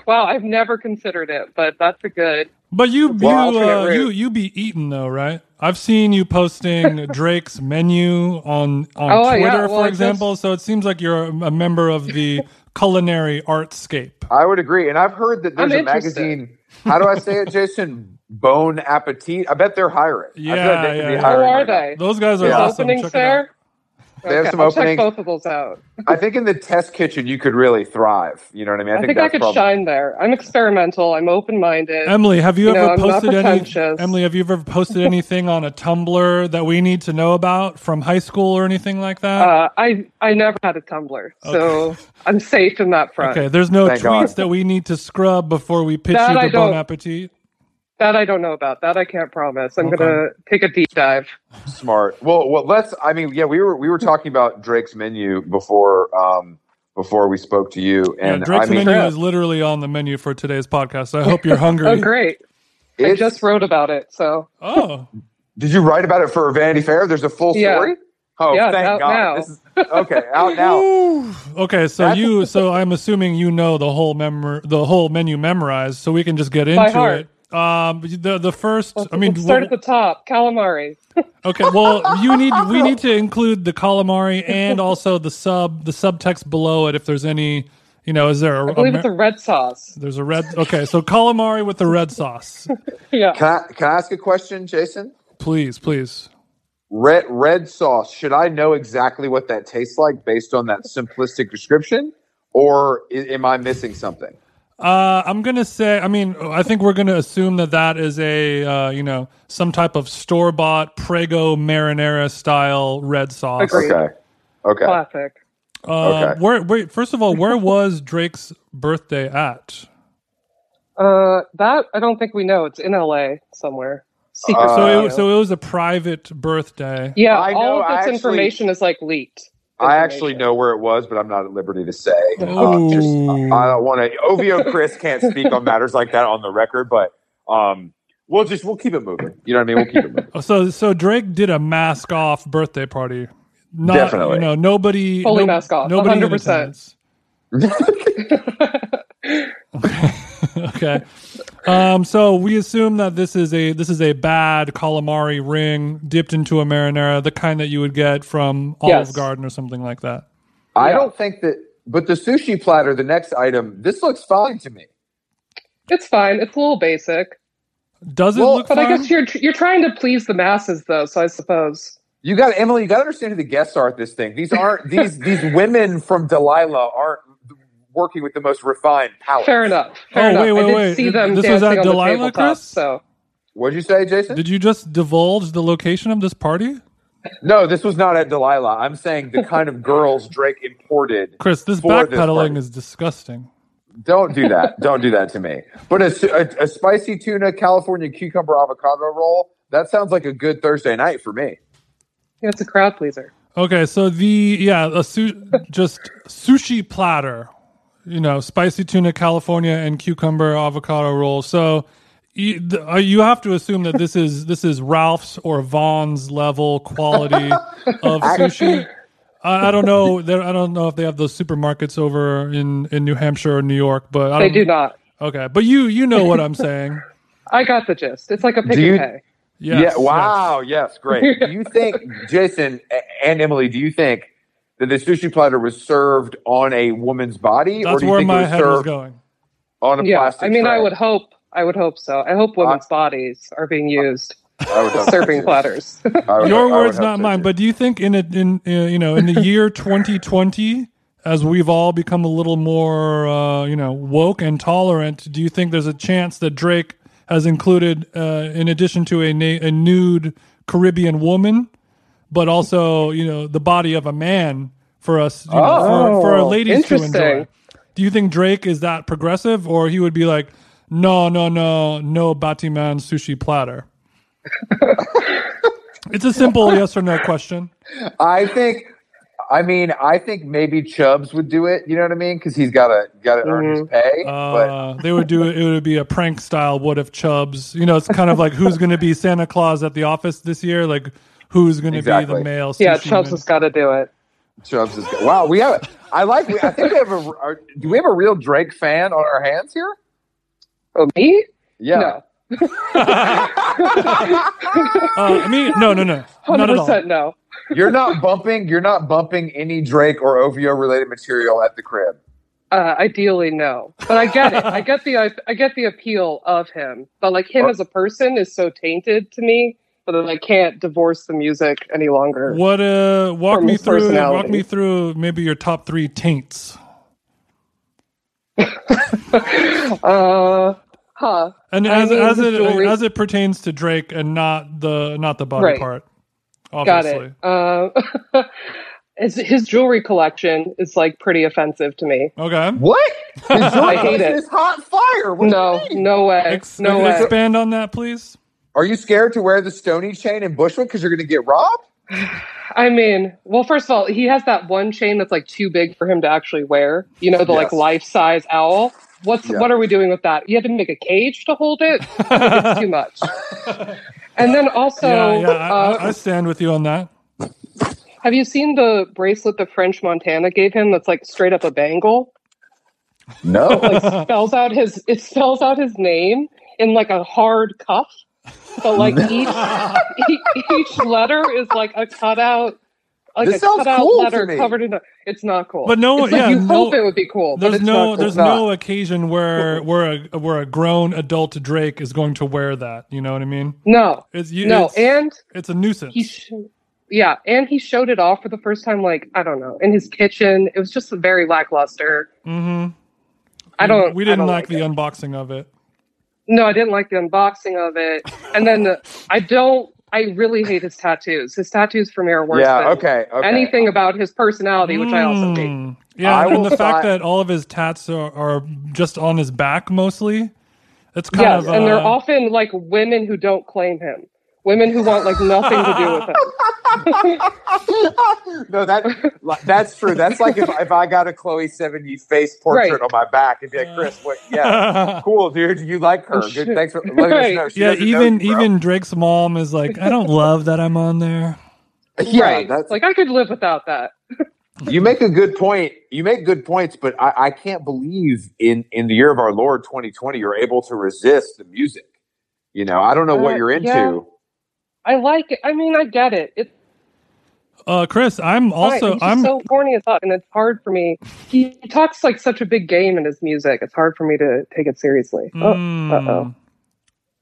S5: Wow, I've never considered it, but that's a good.
S2: But you, you,
S5: alternate
S2: uh,
S5: route.
S2: you, you be eating though, right? I've seen you posting Drake's menu on on
S5: Oh, yeah,
S2: Twitter,
S5: well,
S2: for
S5: I
S2: example. So it seems like you're a member of the culinary artscape.
S1: I would agree. And I've heard that
S5: I'm
S1: there's a
S5: interested.
S1: magazine. How do I say it, Jason? Bone Appetit. I bet they're hiring. I feel like
S2: Yeah,
S1: they could be
S2: yeah.
S5: How
S1: hiring
S5: are
S1: right now.
S5: they?
S2: Those guys are
S1: Yeah.
S2: awesome.
S5: Openings
S2: Check it out.
S5: there?
S1: They have some
S5: I'll
S1: openings.
S5: check both of those out.
S1: I think in the test kitchen you could really thrive. You know what I mean?
S5: I think I,
S1: that's
S5: could
S1: probably-
S5: shine there. I'm experimental. I'm open minded.
S2: Emily, have you,
S5: You know,
S2: ever
S5: I'm not
S2: posted any?
S5: pretentious.
S2: Emily, have you ever posted anything on a Tumblr that we need to know about from high school or anything like that?
S5: Uh, I I never had a Tumblr, so I'm safe in that front.
S2: okay, there's no
S1: Thank
S2: tweets
S1: God.
S2: that we need to scrub before we pitch
S5: That
S2: you
S5: I
S2: the Bon
S5: don't-
S2: Appetit.
S5: That I don't know about. That I can't promise. I'm
S2: Okay.
S5: gonna take a deep dive.
S1: Smart. Well, well, let's. I mean, yeah, we were we were talking about Drake's menu before um before we spoke to you,
S2: Yeah,
S1: and
S2: Drake's
S1: I mean,
S2: menu is literally on the menu for today's podcast. I hope you're hungry.
S5: Oh, great! I
S1: it's-
S5: just wrote about it, so
S2: Oh,
S1: did you write about it for Vanity Fair? There's a full
S5: Yeah.
S1: story. Oh,
S5: Yeah, it's
S1: thank
S5: out
S1: God.
S5: now.
S1: This is, okay, out now.
S2: okay. So
S1: That's-
S2: you, so I'm assuming you know the whole memor, the whole menu memorized, so we can just get into
S5: heart.
S2: it. Um, the the first, I mean,
S5: Let's start
S2: wh-
S5: at the top. Calamari.
S2: Okay, well, you need we need to include the calamari and also the sub the subtext below it if there's any, you know, is there a,
S5: I believe
S2: a-
S5: it's a red sauce.
S2: there's a red Okay, so calamari with the red sauce.
S5: Yeah.
S1: Can I, can I ask a question, Jason?
S2: Please, please.
S1: Red red sauce. Should I know exactly what that tastes like based on that simplistic description, or i- am I missing something?
S2: Uh, I'm going to say I mean, I think we're going to assume that that is a uh, you know, some type of store-bought Prego marinara style red sauce.
S5: Agreed.
S1: Okay, okay.
S5: Classic.
S2: Uh,
S1: Okay.
S2: where wait, first of all, where was Drake's birthday at?
S5: Uh, that I don't think we know. It's in LA somewhere. Secret.
S1: Uh,
S2: So
S5: venue.
S2: it, so it was a private birthday.
S5: yeah,
S1: I know,
S5: all of
S1: I
S5: this
S1: actually-
S5: information is like leaked.
S1: I actually
S5: information.
S1: know where it was, but I'm not at liberty to say.
S2: Oh.
S1: Uh, just, I don't want to. OVO Chris can't speak on matters like that on the record, but um, we'll just we'll keep it moving. You know what I mean? We'll keep it moving.
S2: Oh, So so Drake did a mask off birthday party. Not,
S1: Definitely.
S2: You know, nobody
S5: Fully mask off,
S2: Nobody in
S5: 100%.
S2: attendance. okay. Um, so we assume that this is a this is a bad calamari ring dipped into a marinara, the kind that you would get from Olive
S5: Yes.
S2: Garden or something like that.
S1: I
S5: Yeah.
S1: don't think that. But the sushi platter, the next item, this looks fine to me.
S5: It's fine. It's a little basic,
S2: Does it
S1: Well,
S2: look
S5: but
S2: fun?
S5: I guess you're you're trying to please the masses, though. So I suppose.
S1: You got Emily. You got to understand who the guests are at this thing. These aren't these these women from Delilah aren't working with the most refined palate.
S5: Fair enough. Fair
S2: Oh,
S5: enough.
S2: wait, wait,
S5: I did
S2: wait.
S5: see them
S2: This was
S5: dancing
S2: at
S5: on
S2: Delilah,
S5: the tabletop,
S2: Chris?
S5: so
S1: What'd you say, Jason?
S2: Did you just divulge the location of this party?
S1: no, this was not at Delilah. I'm saying the kind of girls Drake imported.
S2: Chris, this
S1: For this
S2: backpedaling
S1: party.
S2: is disgusting.
S1: Don't do that. Don't do that to me. But a, su- a, a spicy tuna California cucumber avocado roll, that sounds like a good Thursday night for me.
S5: yeah, it's a crowd pleaser.
S2: Okay, so the yeah, a su- just sushi platter, you know, spicy tuna California and cucumber avocado roll. So you, the, uh, you have to assume that this is this is Ralph's or Vaughn's level quality of sushi. I, I don't know. there- I don't know if they have those supermarkets over in in New Hampshire or New York, but I
S5: They
S2: don't,
S5: do not.
S2: Okay, but you you know what I'm saying.
S5: I got the gist. It's like a pick
S1: Do you-
S5: and pay.
S2: Yes, yes.
S1: yeah. Wow. Yes. Great. Do you think, Jason a- and Emily, do you think that the sushi platter was served on a woman's body or
S2: That's
S1: do you
S2: where
S1: think
S2: my
S1: it was
S2: head was
S1: served
S2: going.
S1: on a
S5: Yeah,
S1: plastic
S5: I mean, I
S1: tray? Uh,
S5: would hope. I would hope so. I hope women's bodies are being used
S1: I would hope so,
S5: serving
S1: too.
S5: platters.
S1: I would- I
S2: Your
S1: would
S2: words,
S1: hope
S2: not
S1: so,
S2: mine.
S1: too.
S2: But do you think in a, in uh, you know in the year 2020, as we've all become a little more uh, you know woke and tolerant, do you think there's a chance that Drake has included, uh, in addition to a, na- a nude Caribbean woman, but also you know the body of a man for us, you know, for, for our
S5: Oh,
S2: ladies to enjoy?
S5: interesting.
S2: Do you think Drake is that progressive, or he would be like, no, no, no, no, Batiman sushi platter? it's a simple yes or no question.
S1: I think I mean, I think maybe Chubbs would do it. You know what I mean? Because he's got to got to earn his pay. but
S2: Mm-hmm. Uh, they would do it. It would be a prank style. What if Chubbs? You know, it's kind of like who's going to be Santa Claus at the office this year? Like who's going to be
S1: Exactly.
S2: the male?
S5: Yeah,
S2: sushi
S5: Chubbs
S2: man?
S5: has got to do it.
S1: Chubbs is good. wow. We have. I like. I think we have a. Are, do we have a real Drake fan on our hands here?
S5: Oh, me?
S1: Yeah.
S5: No.
S2: Uh, me? No, no, no, not at all.
S5: 100% no.
S1: You're not bumping. You're not bumping any Drake or OVO related material at the crib.
S5: Uh, ideally, no. But I get it. I get the I get the appeal of him. But like him as a person is so tainted to me that I can't divorce the music any longer.
S2: What? Uh, walk
S5: From
S2: me
S5: his
S2: through.
S5: personality.
S2: Walk me through. Maybe your top three taints.
S5: Uh, huh.
S2: And
S5: I
S2: as
S5: mean,
S2: as
S5: the
S2: it
S5: jewelry-
S2: as it pertains to Drake and not the not the body
S5: Right.
S2: part.
S5: Got
S2: Obviously.
S5: it. Uh, his, his jewelry collection is like pretty offensive to me.
S2: Okay.
S1: What?
S5: I hate it.
S1: It's hot fire. What do
S5: No,
S1: you mean?
S5: no way.
S2: Ex-
S5: No way.
S2: expand on that, please.
S1: Are you scared to wear the Stony chain in Bushwick because you're going to get robbed?
S5: I mean, well, first of all, he has that one chain that's like too big for him to actually wear. You know, the like
S1: Yes.
S5: life size owl. What's
S1: Yeah.
S5: what are we doing with that? You had to make a cage to hold it. it's too much. And then also,
S2: yeah, yeah. I,
S5: uh,
S2: I, I stand with you on that.
S5: have you seen the bracelet that French Montana gave him? That's like straight up a bangle.
S1: No.
S5: like spells out his it spells out his name in like a hard cuff but like each e- each letter is like a cutout like
S1: This
S5: a
S1: sounds
S5: cutout
S1: cool to
S5: letter
S1: me.
S5: covered in a it's not cool
S2: But no-
S5: it's like
S2: yeah,
S5: you
S2: no-
S5: hope it would be cool but
S2: There's
S5: it's
S2: no
S5: not cool.
S2: there's
S1: not.
S2: no occasion where where a where a grown adult Drake is going to wear that. You know what I mean?
S5: no
S2: It's you,
S5: no
S2: it's,
S5: and
S2: it's a nuisance.
S5: he sh- yeah and he showed it off for the first time like i don't know in his kitchen it was just very lackluster
S2: hmm
S5: i don't
S2: We
S5: I
S2: didn't
S5: don't
S2: like,
S5: it.
S2: the unboxing of it.
S5: No, I didn't like the unboxing of it. And then the, I don't. I really hate his tattoos. His tattoos for me are worse
S1: yeah.
S5: than
S1: Okay. Okay.
S5: anything about his personality, which I also hate.
S2: Mm. Yeah,
S1: I
S2: and
S1: will
S2: the fact
S1: fi-
S2: that all of his tats are, are just on his back mostly. It's kind
S5: Yes,
S2: of
S5: and they're
S2: uh,
S5: often like women who don't claim him, women who want like nothing to do with him.
S1: no, that that's true. That's like if, if I got a Chloe seventy face portrait
S5: Right.
S1: on my back, it'd be like, Chris, what? Yeah, cool, dude. You like her? Good. Thanks for letting us know. She
S2: yeah,
S1: doesn't know
S2: even
S1: you, bro.
S2: even Drake's mom is like, I don't love that I'm on there.
S1: yeah,
S5: right?
S1: that's-
S5: Like I could live without that.
S1: you make a good point. You make good points, but I, I can't believe in in the year of our Lord twenty twenty, you're able to resist the music. You know, I don't know what
S5: Uh,
S1: you're into.
S5: yeah. I like it. I mean, I get it. It's
S2: Uh, Chris, I'm
S5: fine.
S2: also
S5: He's just
S2: I'm
S5: so corny as fuck, and it's hard for me. He talks like such a big game in his music. It's hard for me to take it seriously. Oh, uh oh.
S2: Mm.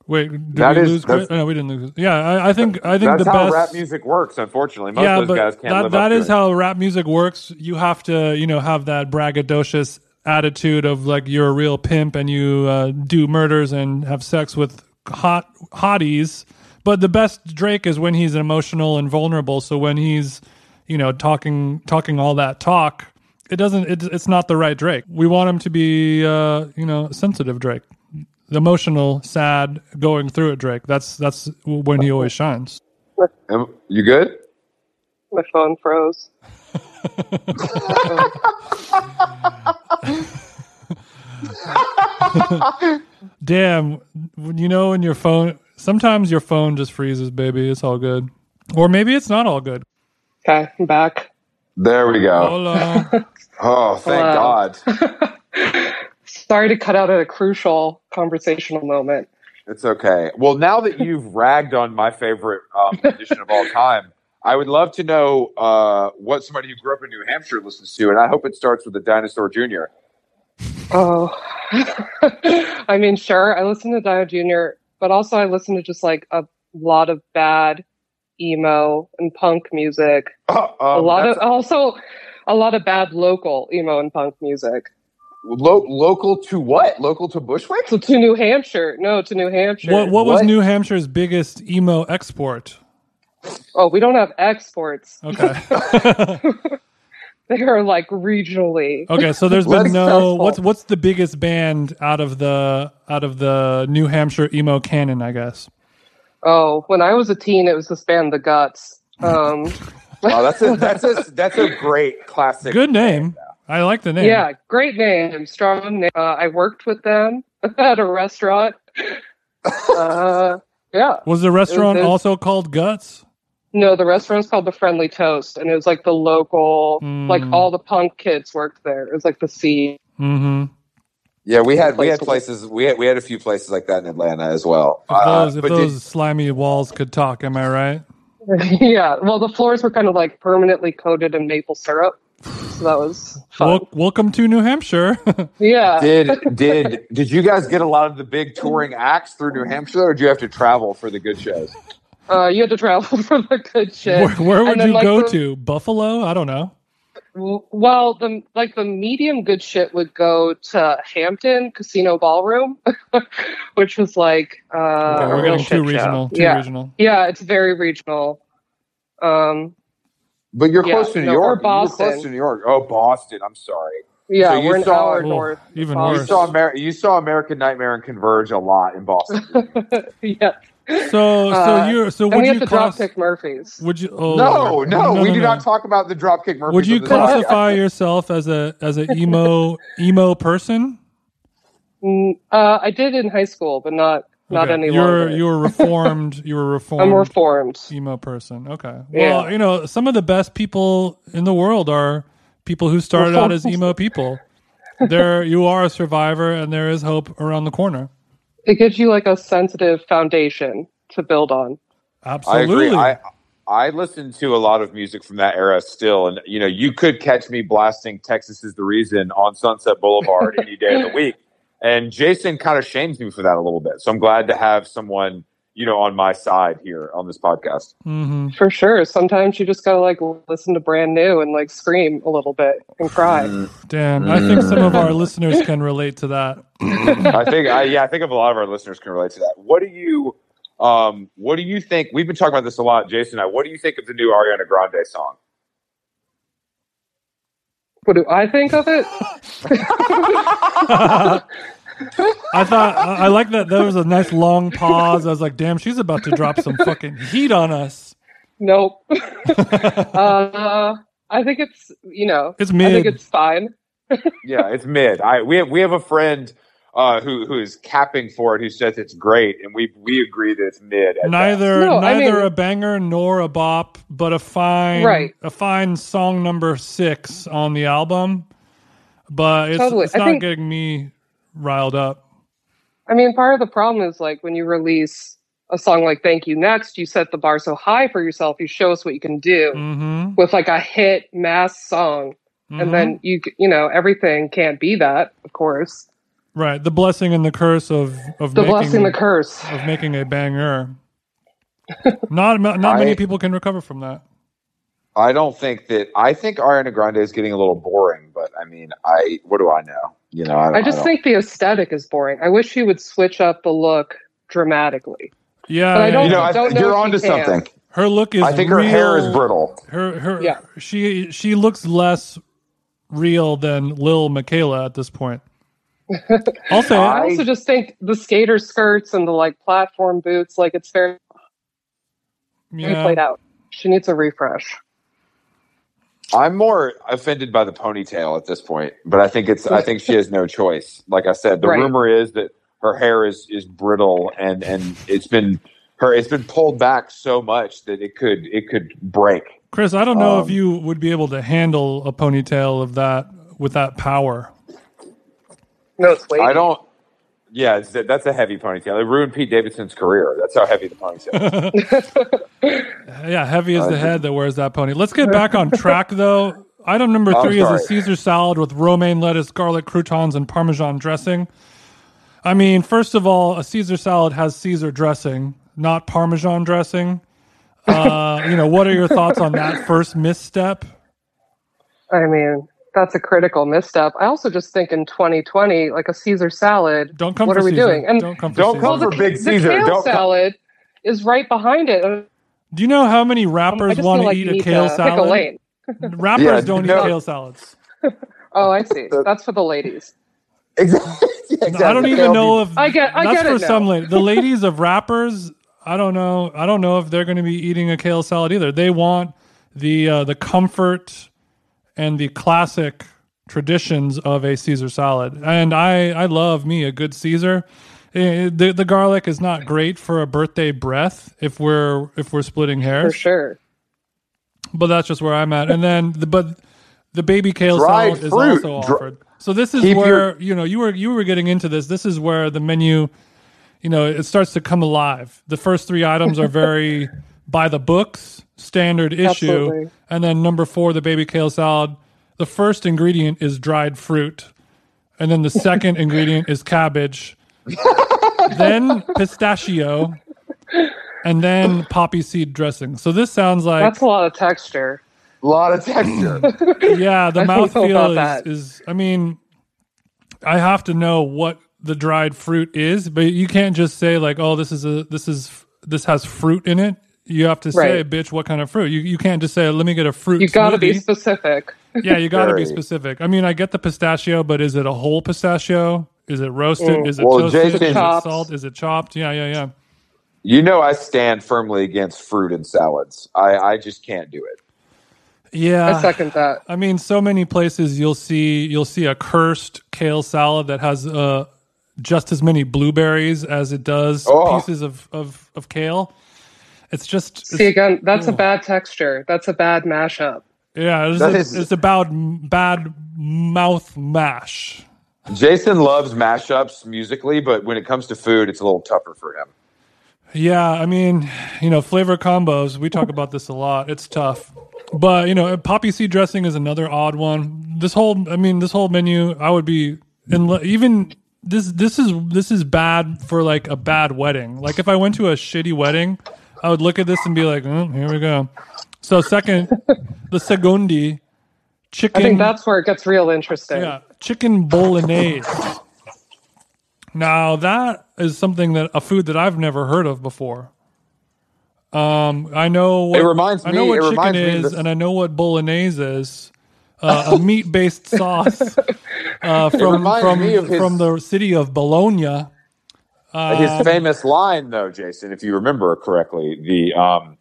S2: Wait, did
S1: That
S2: we
S1: is-
S2: lose?
S1: that's-
S2: Chris? No, we didn't lose. Yeah, I, I think I think
S1: That's
S2: the
S1: how
S2: best.
S1: rap music works. Unfortunately, most
S2: yeah,
S1: of those guys
S2: but
S1: can't live
S2: that,
S1: up
S2: that
S1: to
S2: is
S1: it.
S2: how rap music works. You have to you know have that braggadocious attitude of like you're a real pimp and you uh, do murders and have sex with hot hotties. But the best Drake is when he's emotional and vulnerable. So when he's you know talking talking all that talk. It doesn't. It, it's not the right Drake. We want him to be, uh, you know, sensitive Drake emotional, sad, going through it, Drake. That's that's when he always shines.
S1: Am- You good?
S5: My phone froze.
S2: Damn, when- you know, when your phone sometimes your phone just freezes, baby. It's all good, or maybe it's not all good.
S5: Okay, I'm back.
S1: There we go.
S2: Hola.
S1: Oh, thank
S5: Wow.
S1: God.
S5: Sorry to cut out at a crucial conversational moment.
S1: It's okay. Well, now that you've ragged on my favorite um, edition of all time, I would love to know uh, what somebody who grew up in New Hampshire listens to, and I hope it starts with the Dinosaur Jr.
S5: Oh, I mean, sure, I listen to Dio Jr., but also I listen to just like a lot of bad emo and punk music.
S1: Uh,
S5: A
S1: um,
S5: lot of
S1: that's-
S5: also a lot of bad local emo and punk music.
S1: lo- local to what? Local to Bushwick?
S5: So to New Hampshire, no, to New Hampshire.
S2: what what was
S1: What?
S2: New Hampshire's biggest emo export?
S5: Oh, we don't have exports.
S2: Okay,
S5: They are like regionally.
S2: okay. So there's
S1: Less
S2: been no
S1: stressful.
S2: what's what's the biggest band out of the out of the New Hampshire emo canon? I guess.
S5: Oh, when I was a teen, it was this band, The Guts. Um,
S1: Wow, that's a that's a that's a great classic.
S2: Good name. I like the name.
S5: Yeah, great name, strong name. Uh, I worked with them at a restaurant. uh, yeah,
S2: Was the restaurant
S5: It was-
S2: also called Guts?
S5: no, the restaurant's called the Friendly Toast, and it was like the local,
S2: Mm.
S5: like all the punk kids worked there. It was like the scene.
S2: Mm-hmm.
S1: Yeah, we had we had
S5: Place-
S1: places we had we had a few places like that in Atlanta as well.
S2: If those, if
S1: Uh, but did-
S2: those slimy walls could talk, am I right?
S5: yeah, well, the floors were kind of like permanently coated in maple syrup, so that was fun.
S2: Wel- welcome to New Hampshire.
S5: yeah,
S1: did did did you guys get a lot of the big touring acts through New Hampshire, or do you have to travel for the good shows?
S5: uh, you had to travel for the good shit.
S2: where, where would
S5: And then,
S2: you
S5: like,
S2: go
S5: the-
S2: to? Buffalo? I don't know.
S5: Well, the like the medium good shit would go to Hampton Casino Ballroom, which was like uh,
S2: Okay,
S5: a
S2: we're
S5: real
S2: getting
S5: shit
S2: too
S5: show.
S2: regional. Too
S5: yeah,
S2: regional.
S5: yeah, it's very regional. Um,
S1: But you're
S5: Yeah,
S1: close to New
S5: no, or
S1: York. You're close
S5: Boston.
S1: to New York. Oh, Boston. I'm sorry.
S5: yeah,
S1: So you
S5: we're an
S1: saw-
S5: hour
S2: Oh,
S5: north. of
S2: even
S5: Boston.
S1: You
S2: worse.
S1: saw Amer- you saw American Nightmare and Converge a lot in Boston.
S5: yeah,
S2: So, so
S5: Uh,
S2: you, so
S5: and
S2: would
S5: we
S2: you
S5: have to
S2: class,
S5: dropkick Murphys.
S2: Would you? Oh,
S1: no, no, we do
S2: no.
S1: not talk about the Dropkick Murphys.
S2: Would
S1: on
S2: you
S1: this podcast.
S2: classify yourself as a as an emo emo person?
S5: Mm, uh, I did in high school, but not not
S2: Okay.
S5: any
S2: You're
S5: longer.
S2: you're reformed. You're reformed.
S5: I'm reformed.
S2: emo person. Okay.
S5: Yeah.
S2: Well, you know, some of the best people in the world are people who started out as emo people. There, you are a survivor, and there is hope around the corner.
S5: It gives you like a sensitive foundation to build on.
S1: I
S2: Absolutely.
S1: agree. I I listen to a lot of music from that era still, and you know, you could catch me blasting "Texas Is the Reason" on Sunset Boulevard any day of the week. And Jason kind of shames me for that a little bit, so I'm glad to have someone you know on my side here on this podcast.
S2: hmm
S5: For sure. Sometimes you just gotta like listen to brand new and like scream a little bit and
S2: Mm.
S5: cry.
S2: Damn, I think some of our listeners can relate to that.
S1: I think, I, yeah, I think of a lot of our listeners can relate to that. What do you, um, what do you think? We've been talking about this a lot, Jason. And I. What do you think of the new Ariana Grande song?
S5: What do I think of it?
S2: I thought I, I like that. There was a nice long pause. I was like, "Damn, she's about to drop some fucking heat on us."
S5: Nope. uh, I think it's you know
S2: It's
S5: I think
S2: mid.
S5: it's fine.
S1: yeah, it's mid. I we have we have a friend uh, who who is capping for it who says it's great, and we we agree that it's mid. at
S2: neither
S5: No, I
S2: neither
S5: mean-
S2: a banger nor a bop, but a fine
S5: Right.
S2: a fine song number six on the album. But it's,
S5: Totally.
S2: it's
S5: I
S2: not
S5: think-
S2: getting me riled up.
S5: I mean part of the problem is like when you release a song like Thank You Next, you set the bar so high for yourself, you show us what you can do
S2: Mm-hmm.
S5: with like a hit mass song. And then you c- you know, everything can't be that, of course.
S2: right, the blessing and the curse of of
S5: The
S2: making,
S5: blessing, the curse.
S2: of making a banger. not not many
S1: I-
S2: people can recover from that.
S1: that. I don't think that. I think Ariana Grande is getting a little boring, but I mean, I what do I know? You know, I, don't-
S5: I just
S1: don't-
S5: think the aesthetic is boring. I wish he would switch up the look dramatically.
S2: Yeah,
S5: But I
S2: yeah,
S5: don't-
S1: you
S2: yeah.
S1: know, I,
S5: don't know
S1: you're
S5: if
S1: onto
S5: she can.
S1: something.
S2: her look is.
S1: I think her hair is
S2: real-
S1: brittle.
S2: Her her
S5: Yeah.
S2: she she looks less real than Lil Michaela at this point. I'll say it.
S5: I,
S1: I-
S5: also just think the skater skirts and the like platform boots, like it's very very
S2: Yeah.
S5: played out. She needs a refresh.
S1: I'm more offended by the ponytail at this point, but I think it's I think she has no choice. Like I said, the
S5: Right.
S1: rumor is that her hair is is brittle and and it's been her it's been pulled back so much that it could it could break.
S2: Chris, I don't know if
S1: Um,
S2: you would be able to handle a ponytail of that with that power.
S5: No, it's
S1: I
S5: waiting.
S1: don't. Yeah, it's, that's a heavy ponytail. It ruined Pete Davidson's career. That's how heavy the ponytail. Is.
S2: Yeah, heavy is
S1: I
S2: the
S1: think-
S2: head that wears that pony. Let's get back on track though. Item number
S1: I'm
S2: three is a
S1: sorry.
S2: Caesar salad with romaine lettuce, garlic croutons, and parmesan dressing. I mean, first of all, a Caesar salad has Caesar dressing, not parmesan dressing. Uh, you know, what are your thoughts on that first misstep?
S5: I mean, that's a critical misstep. I also just think in 2020, like a Caesar salad.
S2: Don't come
S5: What
S2: for
S5: are we
S2: Caesar.
S5: doing? And-
S2: don't come for
S1: Don't
S2: Caesar.
S1: come
S5: the,
S1: for Big
S5: the
S1: Caesar.
S5: kale
S1: Don't come-
S5: salad is right behind it. I
S2: Do you know how many
S5: Um, just
S2: rappers
S5: feel
S2: want to
S5: like
S2: eat
S5: you
S2: a
S5: need
S2: kale
S5: to pick a
S2: salad?
S5: lane.
S2: Rappers
S1: Yeah,
S2: don't
S1: no.
S2: eat kale salads.
S5: Oh, I see. That's for the ladies.
S1: exactly.
S2: I don't even know if
S5: I get- I
S2: that's
S5: get it
S2: for
S5: now.
S2: some la- the ladies of rappers. I don't know. I don't know if they're going to be eating a kale salad either. They want the uh, the comfort and the classic traditions of a Caesar salad. And I I love me a good Caesar. Eh, The, the garlic is not great for a birthday breath if we're if we're splitting
S5: for
S2: hairs,
S5: sure.
S2: but that's just where I'm at. And then the but the baby kale
S1: Dried
S2: salad is
S1: fruit.
S2: also
S1: Dri-
S2: offered. So this is
S1: Keep
S2: where
S1: your-
S2: you know you were you were getting into this. This is where the menu, you know, it starts to come alive. The first three items are very by the books, standard issue,
S5: Absolutely.
S2: and then number four, the baby kale salad. The first ingredient is dried fruit, and then the second ingredient is cabbage, then pistachio, and then poppy seed dressing. So this sounds like
S5: That's a lot of texture.
S1: A lot of texture.
S2: yeah, the
S5: I don't know about
S2: mouthfeel
S5: that.
S2: is, is. I mean, I have to know what the dried fruit is, but you can't just say like, "Oh, this is a this is this has fruit in it." You have to say,
S5: Right.
S2: "Bitch, what kind of fruit?" You you can't just say, "Let me get a fruit."
S5: You got to be
S2: smoothie."
S5: specific.
S2: yeah, you got to be
S1: Very.
S2: specific. I mean, I get the pistachio, but is it a whole pistachio? Is it roasted?
S5: Mm.
S2: Is it
S1: Well,
S2: toasted?
S1: Jason-
S2: is it
S5: Chopped.
S2: salt? Is it chopped? Yeah, yeah, yeah.
S1: you know, I stand firmly against fruit and salads. I, I just can't do it.
S2: Yeah.
S5: I second that.
S2: I mean, so many places you'll see you'll see a cursed kale salad that has uh, just as many blueberries as it does
S1: Oh.
S2: pieces of, of, of kale. It's just
S5: See
S2: it's,
S5: again, that's a
S2: Ooh.
S5: bad texture. That's a bad mashup.
S2: yeah, it's,
S1: That is-
S2: it's about m- bad mouth mash.
S1: Jason loves mashups musically, but when it comes to food, it's a little tougher for him.
S2: Yeah, I mean, you know, flavor combos. We talk about this a lot. It's tough, but you know, poppy seed dressing is another odd one. This whole, I mean, this whole menu, I would be, and even this, this is this is bad for like a bad wedding. Like if I went to a shitty wedding, I would look at this and be like, mm, here we go. So second, the segundi, chicken.
S5: I think that's where it gets real
S2: Mm.
S5: interesting.
S2: Yeah, chicken bolognese. Now that is something that a food that I've never heard of before. Um, I know what,
S1: It reminds
S2: I know
S1: me-
S2: what
S1: it
S2: chicken
S1: reminds me of
S2: is,
S1: the-
S2: and I know what bolognese is. Uh, a meat-based sauce uh, from
S1: reminds
S2: from
S1: me of his-
S2: from the city of Bologna. Uh,
S1: His famous line, though, Jason, if you remember correctly, the um,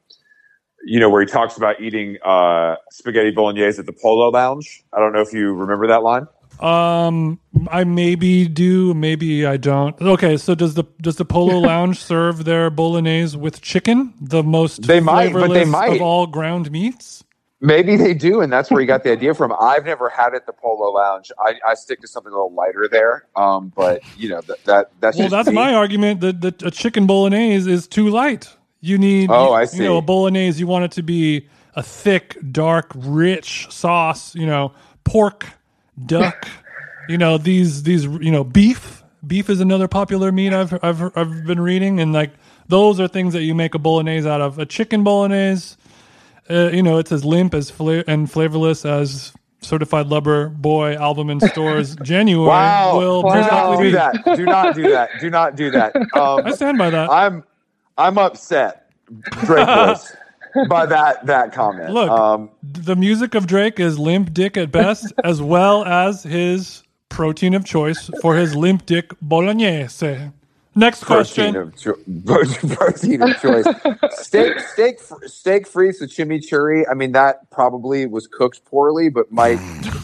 S1: you know where he talks about eating uh, spaghetti bolognese at the Polo Lounge. I don't know if you remember that line.
S2: Um, I maybe do, maybe I don't. Okay, so does the does the Polo Lounge serve their bolognese with chicken, the most
S1: They might, but they
S2: flavorless of
S1: might.
S2: all ground meats?
S1: Maybe they do, and that's where he got the idea from. I've never had it at the Polo Lounge. I, I stick to something a little lighter there. Um, but you know th- that that's
S2: Well,
S1: just
S2: that's
S1: me.
S2: my argument that the, a chicken bolognese is too light. You need,
S1: Oh, I
S2: you know,
S1: see.
S2: a bolognese. You want it to be a thick, dark, rich sauce. You know, pork, duck. you know these these you know beef. Beef is another popular meat I've I've I've been reading, and like those are things that you make a bolognese out of. A chicken bolognese, uh, you know, it's as limp as fla- and flavorless as. Certified Lover Boy album in stores January
S1: wow.
S2: will
S1: Do
S2: probably
S1: not
S2: be
S1: do that. Do not do that. Do not do that. Um,
S2: I stand by that.
S1: I'm I'm upset, Drake was, by that that comment.
S2: Look,
S1: um,
S2: the music of Drake is limp dick at best, as well as his protein of choice for his limp dick bolognese. Next
S1: protein
S2: question.
S1: of, cho- protein of choice. steak steak fr- steak free chimichurri. I mean that probably was cooked poorly, but might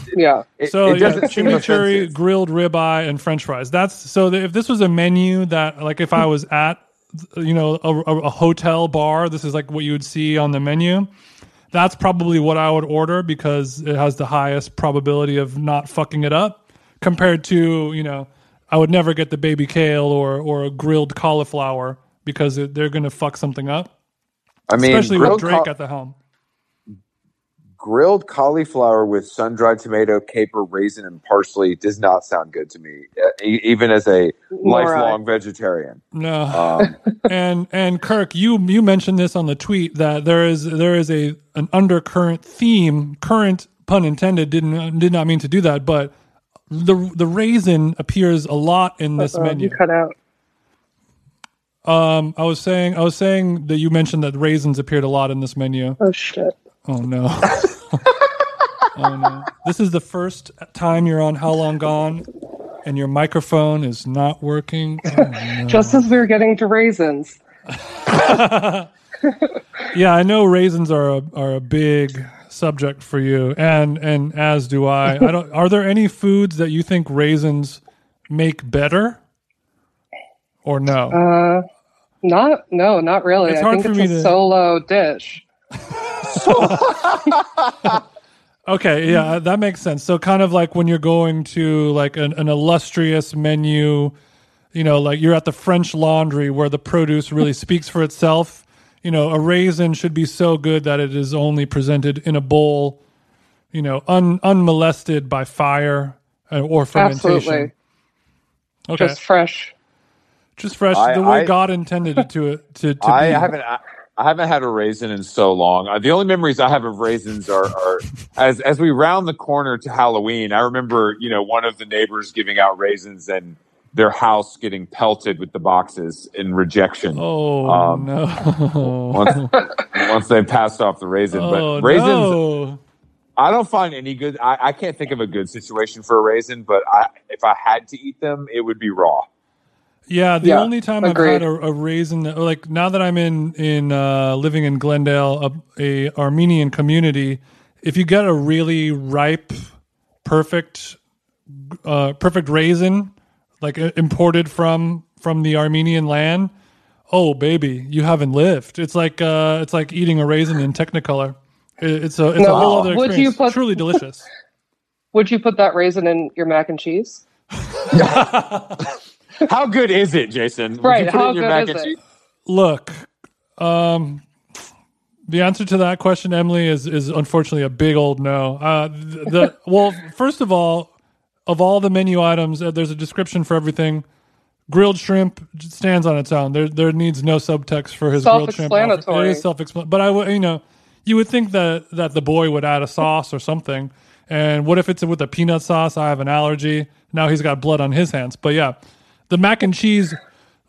S5: Yeah.
S1: it,
S2: So
S1: it
S2: yeah,
S1: doesn't seem
S2: chimichurri,
S1: offensive.
S2: grilled ribeye, and French fries. That's so. That if this was a menu that, like, if I was at, you know, a, a, a hotel bar, this is like what you would see on the menu. That's probably what I would order because it has the highest probability of not fucking it up compared to you know I would never get the baby kale or or a grilled cauliflower because it, they're gonna fuck something up,
S1: I mean,
S2: especially with
S1: grilled,
S2: Drake
S1: cau-
S2: at the helm.
S1: grilled cauliflower with sun dried tomato, caper, raisin, and parsley does not sound good to me, uh, e- even as a
S5: Nor I.
S1: lifelong vegetarian.
S2: No.
S1: Um,
S2: and and Kirk, you you mentioned this on the tweet that there is there is a an undercurrent theme, current pun intended, didn't did not mean to do that, but the the raisin appears a lot in this
S5: Um,
S2: menu.
S5: you cut out.
S2: Um, I was saying I was saying that you mentioned that raisins appeared a lot in this menu.
S5: Oh shit.
S2: Oh no. oh no. This is the first time you're on How Long Gone and your microphone is not working. Oh, no.
S5: Just as we were getting to raisins.
S2: yeah, I know raisins are a are a big subject for you, and and as do I. I don't. Are there any foods that you think raisins make better, or no?
S5: Uh, not no, not really.
S2: It's
S5: I
S2: hard
S5: think
S2: for
S5: it's
S2: me
S5: a
S2: to-
S5: solo dish.
S2: Okay,
S1: Mm-hmm.
S2: yeah, uh, that makes sense. So kind of like when you're going to like an, an illustrious menu, you know, like you're at the French Laundry where the produce really speaks for itself. You know, a raisin should be so good that it is only presented in a bowl, you know, un, unmolested by fire uh, or fermentation.
S5: Absolutely,
S2: Okay,
S5: just
S2: just,
S5: fresh.
S2: fresh,
S1: I-
S2: the way
S1: I-
S2: God intended it to to, to
S1: I
S2: be.
S1: haven't. I, I haven't had a raisin in so long. Uh, the only memories I have of raisins are, are as as we round the corner to Halloween. I remember, you know, one of the neighbors giving out raisins and their house getting pelted with the boxes in rejection
S2: oh
S1: Um,
S2: no!
S1: once, once they passed off the raisin.
S2: oh
S1: but raisins,
S2: no!
S1: I don't find any good. I, I can't think of a good situation for a raisin. But I, if I had to eat them, it would be raw.
S2: Yeah, the
S5: Yeah,
S2: only time I've had
S5: agreed.
S2: a, a raisin, like now that I'm in in uh, living in Glendale, a, a Armenian community, if you get a really ripe, perfect, uh, perfect raisin, like uh, imported from from the Armenian land, oh baby, you haven't lived. It's like uh, it's like eating a raisin in Technicolor. It, it's a it's
S5: No,
S2: a whole other
S5: would
S2: experience.
S5: you put-
S2: Truly delicious.
S5: Would you put that raisin in your mac and cheese?
S1: How good is it, Jason? Would you
S5: Right,
S1: put it
S5: how
S1: in your
S5: good
S1: mac
S5: is
S1: and
S5: it?
S1: cheese?
S2: Look, um, the answer to that question, Emily, is is unfortunately a big old no. Uh, th- the well, first of all, of all the menu items, uh, there's a description for everything. Grilled shrimp j- stands on its own. There there needs no subtext for his grilled shrimp. offer.
S5: Self-explanatory.
S2: It is self-explanatory. But I would you know you would think that that the boy would add a sauce or something. And what if it's with a peanut sauce? I have an allergy. Now he's got blood on his hands. But yeah, the mac and cheese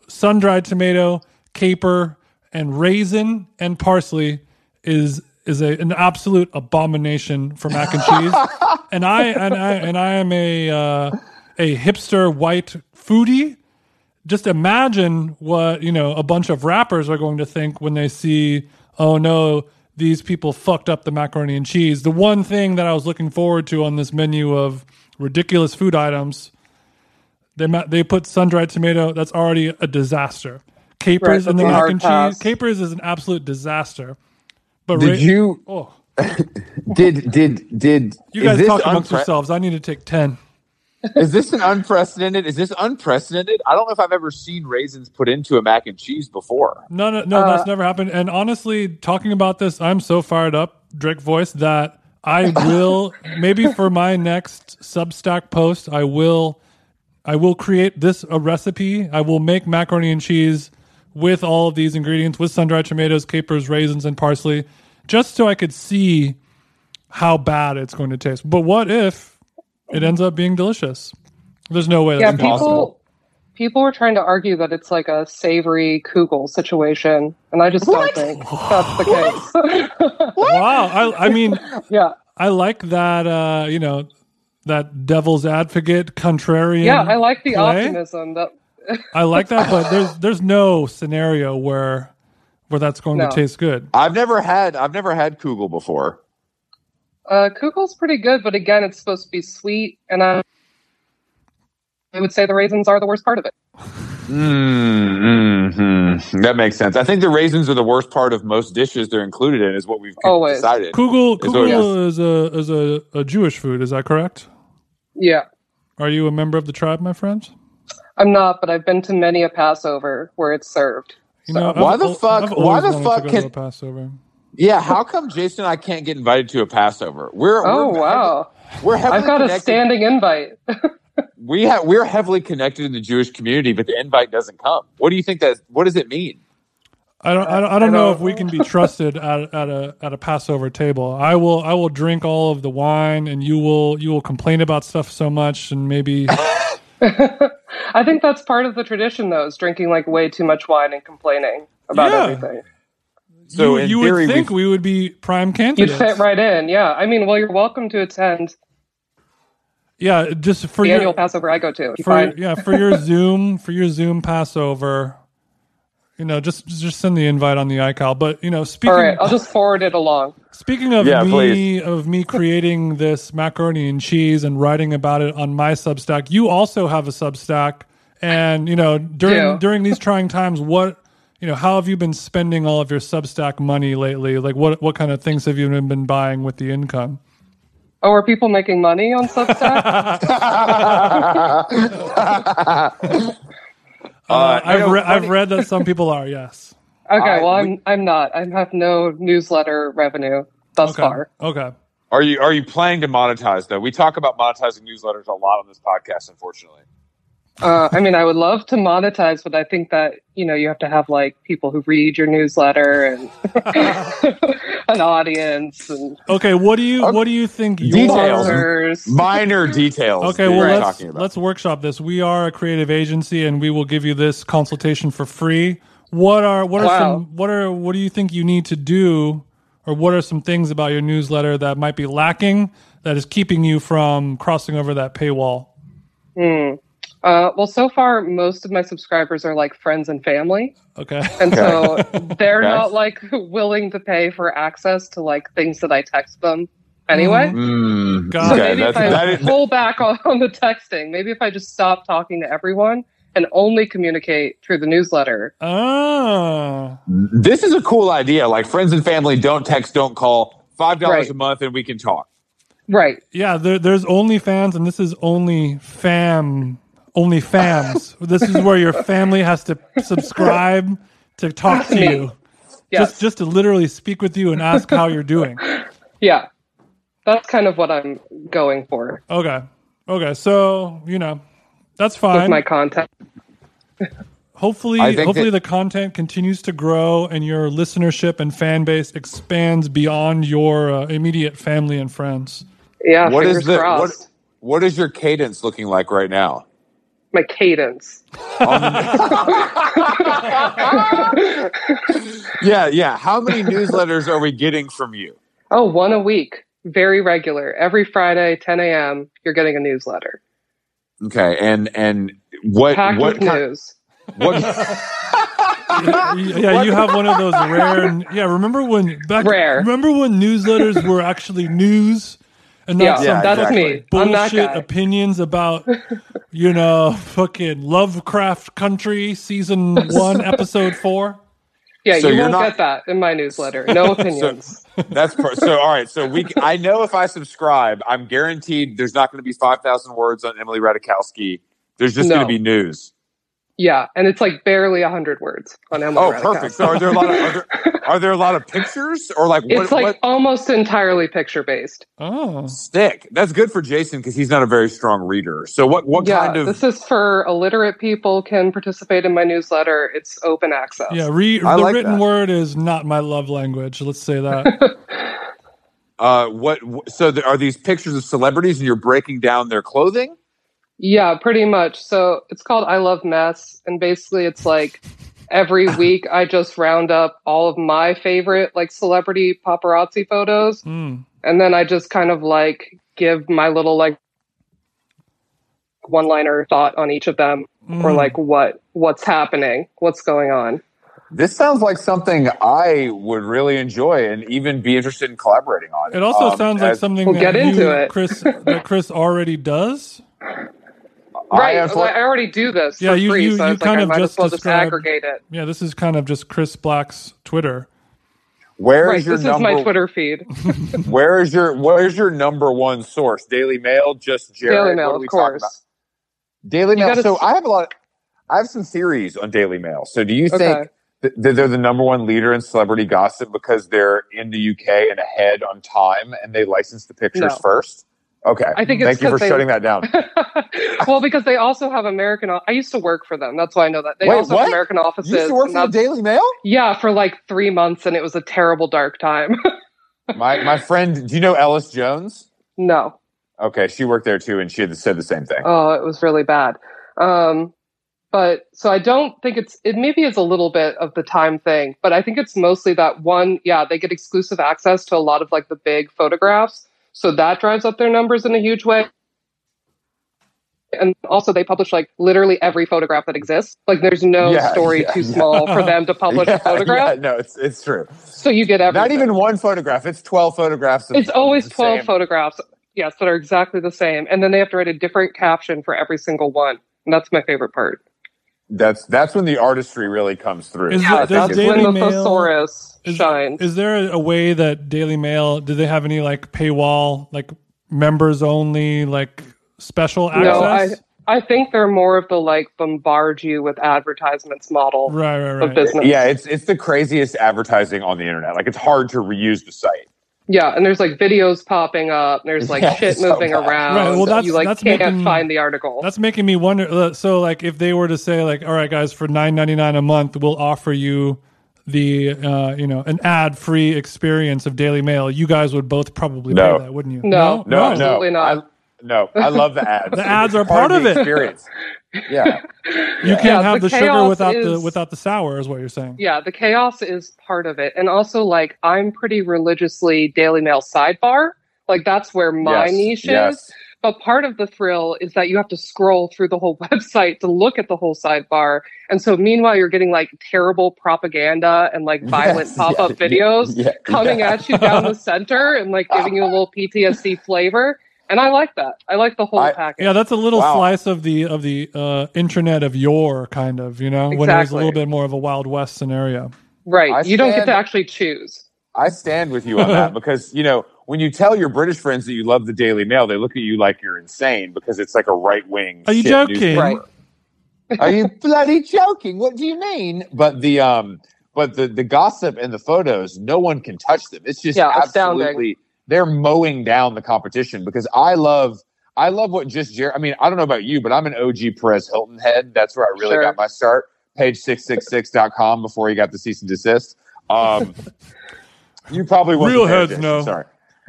S2: sun dried tomato, caper, and raisin and parsley is is a, an absolute abomination for mac and cheese. and I and I and I am a uh, a hipster white foodie. Just imagine what you know a bunch of rappers are going to think when they see, oh no, these people fucked up the macaroni and cheese. The one thing that I was looking forward to on this menu of ridiculous food items they ma- they put sun dried tomato. That's already a disaster. Capers
S5: Right,
S2: and the
S5: that's a
S2: mac
S5: hard
S2: and
S5: pass.
S2: cheese. Capers is an absolute disaster. But ra-
S1: Did you
S2: Oh,
S1: did did did
S2: you
S1: is
S2: guys
S1: this
S2: talk amongst
S1: unpre-
S2: yourselves. I need to take ten.
S1: Is this an unprecedented? Is this unprecedented? I don't know if I've ever seen raisins put into a mac and cheese before.
S2: No, no, no. that's never happened. And honestly, talking about this, I'm so fired up, Drake voice, that I will maybe for my next Substack post, I will, I will create this a recipe. I will make macaroni and cheese with all of these ingredients, with sun dried tomatoes, capers, raisins, and parsley, just so I could see how bad it's going to taste. But what if it ends up being delicious? There's no way.
S5: yeah,
S2: That's
S5: people
S1: impossible.
S5: people were trying to argue that it's like a savory kugel situation, and I just
S1: What?
S5: don't think that's the case.
S2: wow. I, I mean,
S5: yeah,
S2: I like that. Uh, you know, that devil's advocate, contrarian.
S5: yeah, I like the
S2: play.
S5: optimism that
S2: I like that, but there's there's no scenario where where that's going
S5: No.
S2: to taste good.
S1: I've never had. I've never had kugel before.
S5: uh, kugel's pretty good, but again, it's supposed to be sweet, and I, I would say the raisins are the worst part of it.
S1: Mm-hmm. That makes sense. I think the raisins are the worst part of most dishes. They're included in is what we've
S5: Always.
S1: decided.
S2: Kugel
S1: It's always-
S2: kugel is a is a, a Jewish food. Is that correct?
S5: Yeah,
S2: Are you a member of the tribe, my friend?
S5: I'm not, but I've been to many a Passover where it's served.
S2: You know,
S1: Why the
S2: al-
S1: fuck-
S2: I've
S1: why
S2: always
S1: the
S2: wanted to
S1: fuck
S2: go
S1: can-
S2: to a Passover?
S1: Yeah. How come Jason and I can't get invited to a Passover? We're
S5: Oh
S1: we're,
S5: wow,
S1: We're heavily
S5: I've got a
S1: connected.
S5: standing invite.
S1: We have. We're heavily connected in the Jewish community, but the invite doesn't come. What do you think that? What does it mean?
S2: I don't, I don't, I don't
S5: I
S2: know
S5: don't-
S2: if we can be trusted at, at a at a Passover table. I will I will drink all of the wine, and you will you will complain about stuff so much, and maybe
S5: I think that's part of the tradition, though, is drinking like way too much wine and complaining about
S2: Yeah.
S5: everything.
S1: So
S2: you,
S1: in
S2: you
S1: theory,
S2: would think
S1: we-
S2: we would be prime
S5: You'd
S2: candidates.
S5: fit right in, yeah. I mean, well, you're welcome to attend
S2: Yeah, just for
S5: the
S2: your
S5: annual Passover I go to. It's
S2: for your-
S5: fine.
S2: yeah for your Zoom for your Zoom Passover. You know, just just send the invite on the iCal. But you know, speaking
S5: All right, I'll just forward it along.
S2: Speaking of
S1: Yeah,
S2: me
S1: please.
S2: of me creating this macaroni and cheese and writing about it on my Substack, you also have a Substack, and you know during
S5: Yeah.
S2: during these trying times, what you know, how have you been spending all of your Substack money lately? Like, what what kind of things have you been- been buying with the income?
S5: Oh, are people making money on Substack?
S2: Uh, I've
S6: you know,
S2: re- I've
S6: funny-
S2: read that some people are yes.
S5: Okay,
S1: I-
S5: well, I'm I'm not. I have no newsletter revenue thus
S2: Okay.
S5: far.
S2: Okay.
S1: Are you are you planning to monetize though? We talk about monetizing newsletters a lot on this podcast, unfortunately.
S5: Uh, I mean, I would love to monetize, but I think that you know you have to have like people who read your newsletter and an audience and
S2: Okay. What do you what do you think? your-
S1: Um, Details.
S5: sponsors.
S1: Minor details.
S2: Okay,
S1: that
S2: well
S1: you're
S2: let's
S1: talking about.
S2: let's workshop this. We are a creative agency, and we will give you this consultation for free. What are what are
S5: Wow.
S2: some what are what do you think you need to do, or what are some things about your newsletter that might be lacking that is keeping you from crossing over that paywall?
S5: Uh, well, so far, most of my subscribers are like friends and family,
S2: Okay,
S5: and so they're
S1: Okay.
S5: not like willing to pay for access to like things that I text them anyway.
S1: Mm,
S2: Got
S5: So
S2: it.
S1: okay,
S5: maybe if
S1: that's- that
S5: I
S1: is-
S5: pull back on, on the texting, maybe if I just stop talking to everyone and only communicate through the newsletter.
S2: oh,
S1: this is a cool idea. Like friends and family, don't text, don't call. Five dollars
S5: Right.
S1: a month, and we can talk.
S5: Right.
S2: yeah. There, there's OnlyFans, and this is only fam, only fams. this is where your family has to subscribe to talk to
S5: Me.
S2: you.
S5: Yes.
S2: Just, just to literally speak with you and ask how you're doing.
S5: yeah. That's kind of what I'm going for
S2: Okay. Okay. So, you know, that's
S5: with
S2: fine.
S5: my content.
S2: hopefully,
S1: I think
S2: hopefully
S1: that-
S2: the content continues to grow and your listenership and fan base expands beyond your uh, immediate family and friends.
S5: Yeah.
S1: What
S5: fingers
S1: is the what,
S5: crossed.
S1: what is your cadence looking like right now?
S5: My cadence.
S1: Yeah, yeah. How many newsletters are we getting from you?
S5: Oh, one a week. Very regular. Every Friday, 10 a.m., you're getting a newsletter
S1: Okay, and and what
S5: packed
S1: what
S5: with
S1: kind-
S5: news.
S1: what
S2: yeah, you have one of those rare. Yeah, remember when back,
S5: Rare.
S2: Remember when newsletters were actually news and not
S5: Yeah,
S2: some
S1: Yeah,
S5: that's
S1: exactly.
S5: me. I'm that
S2: bullshit
S5: guy.
S2: opinions about you know fucking Lovecraft Country season one episode four.
S5: yeah,
S1: So
S5: you
S1: you're
S5: won't
S1: not-
S5: get that in my newsletter. No opinions.
S1: that's per- so all right. So we I know if I subscribe, I'm guaranteed there's not going to be five thousand words on Emily Radikowski. There's just
S5: No.
S1: going to be news.
S5: yeah, and it's like barely 100 words on Emily
S1: Oh,
S5: Ratajkowski.
S1: perfect. So are there a lot of are there, are there a lot of pictures or like what,
S5: It's like
S1: what
S5: almost entirely picture based.
S2: Oh,
S1: stick? That's good for Jason because he's not a very strong reader. So what what
S5: yeah,
S1: kind of
S5: this is for illiterate people can participate in my newsletter. It's open access.
S2: Yeah, re-
S1: I
S2: the
S1: like
S2: written
S1: that.
S2: word is not my love language. Let's say that.
S1: uh what wh- so there, are these pictures of celebrities and you're breaking down their clothing?
S5: Yeah, pretty much. So it's called I Love Mess, and basically it's like every week I just round up all of my favorite like celebrity paparazzi photos,
S2: Mm.
S5: and then I just kind of like give my little like one liner thought on each of them or
S2: Mm.
S5: like what what's happening what's going on
S1: This sounds like something I would really enjoy and even be interested in collaborating on.
S2: It also
S1: Um,
S2: sounds like
S1: as
S2: something
S5: We'll
S2: that
S5: get
S2: you,
S5: into it.
S2: Chris that Chris already does.
S5: right I,
S1: have-
S5: I already do this
S2: Yeah,
S5: for
S2: you-
S5: free
S2: you-
S5: so
S2: you
S5: I was
S2: kind
S5: like I
S2: of
S5: might
S2: just
S5: as well just
S2: described-
S5: aggregate it
S2: Yeah, this is kind of just Chris Black's Twitter.
S1: Where is
S5: right
S1: your
S5: this is
S1: number?
S5: my twitter feed
S1: Where is your Where is your number one source? Daily Mail, just Jared.
S5: daily
S1: What
S5: mail
S1: are
S5: of
S1: we talking
S5: course
S1: about? Daily Mail.
S5: gotta
S1: So
S5: s-
S1: I have a lot. I have some theories on Daily Mail. So do you
S5: Okay.
S1: think th- that they're the number one leader in celebrity gossip because they're in the UK and ahead on time and they license the pictures
S5: No.
S1: first? Okay.
S5: I think it's
S1: Thank you for
S5: 'cause they-
S1: shutting that down.
S5: well, because they also have American. I used to work for them. That's why I know that they
S1: Wait,
S5: also
S1: what?
S5: have American offices.
S1: You used to work
S5: and
S1: for the
S5: that's-
S1: Daily Mail.
S5: yeah, for like three months, and it was a terrible dark time.
S1: My my friend, do you know Ellis Jones?
S5: no,
S1: Okay, she worked there too, and she had said the same thing.
S5: oh, it was really bad. Um, but so I don't think it's. It maybe is a little bit of the time thing, but I think it's mostly that one. Yeah, they get exclusive access to a lot of like the big photographs, so that drives up their numbers in a huge way. And also, they publish like literally every photograph that exists. Like, there's no
S1: Yeah,
S5: story
S1: yeah,
S5: too
S1: yeah.
S5: small for them to publish a photograph.
S1: Yeah, no, it's it's true.
S5: So you get everything.
S1: Not even one photograph. It's twelve photographs. of-
S5: It's always
S1: the
S5: 12
S1: same.
S5: photographs, yes, that are exactly the same. And then they have to write a different caption for every single one. And that's my favorite part.
S1: That's that's when the artistry really comes through.
S2: Is
S1: I think
S2: it- does
S5: That's
S1: it's-
S2: Daily
S5: when the
S2: Mail-
S5: thesaurus
S2: Is-
S5: shines.
S2: Is there a way that Daily Mail? Do they have any like paywall, like members only, like special
S5: No,
S2: access?
S5: I think they're more of the like bombard you with advertisements model
S2: right, right,
S5: of
S2: right.
S5: business.
S1: yeah, it's it's the craziest advertising on the internet. Like it's hard to reuse the site.
S5: Yeah, and there's like videos popping up. and There's like
S1: Yeah,
S5: shit
S1: so
S5: moving
S1: bad.
S5: around.
S2: Right, well, that's-
S5: you like
S2: that's
S5: can't
S2: making-
S5: find the article.
S2: That's making me wonder. uh, So, like, if they were to say, like, all right, guys, for nine ninety nine a month, we'll offer you the uh, you know an ad free experience of Daily Mail. You guys would both probably
S1: No.
S2: pay that, wouldn't you?
S5: No.
S1: No, no,
S5: Absolutely not.
S1: I, no, I love the ads.
S2: The ads are
S1: It's
S2: part
S1: the
S2: of it.
S1: Experience. Yeah,
S2: you can't
S5: Yeah,
S2: have the,
S5: the
S2: sugar
S5: chaos
S2: without the
S5: is-
S2: without the sour, is what you're saying.
S5: yeah, the chaos is part of it. And also, like, I'm pretty religiously Daily Mail sidebar. Like, that's where my
S1: Yes,
S5: niche is.
S1: yes.
S5: But part of the thrill is that you have to scroll through the whole website to look at the whole sidebar. And so, meanwhile, you're getting like terrible propaganda and like violent
S1: Yes,
S5: pop up
S1: yeah,
S5: videos
S1: yeah,
S5: coming
S1: yeah.
S5: at you down the center and like giving you a little PTSD flavor. And I like that. I like the whole
S1: I-
S5: package.
S2: Yeah, that's a little
S1: Wow.
S2: slice of the of the uh, intranet of yore, kind of. You know, when it was a
S5: Exactly.
S2: little bit more of a Wild West scenario.
S5: right.
S1: I
S5: you don't get
S1: stand-
S5: to actually choose.
S1: I stand with you on that because you know when you tell your British friends that you love the Daily Mail, they look at you like you're insane because it's like a right wing.
S2: Are you joking?
S5: Right.
S1: Are you bloody joking? What do you mean? But the um, but the the gossip and the photos, no one can touch them. It's just
S5: Yeah,
S1: absolutely
S5: astounding.
S1: they're mowing down the competition because I love I love what just Jer. I mean, I don't know about you, but I'm an OG Perez Hilton head. That's where I really
S5: Sure.
S1: got my start. Page 666.com before he got the cease and desist. Um, you probably wasn't
S2: Real
S1: there,
S2: heads
S1: Jason,
S2: know.
S1: Sorry,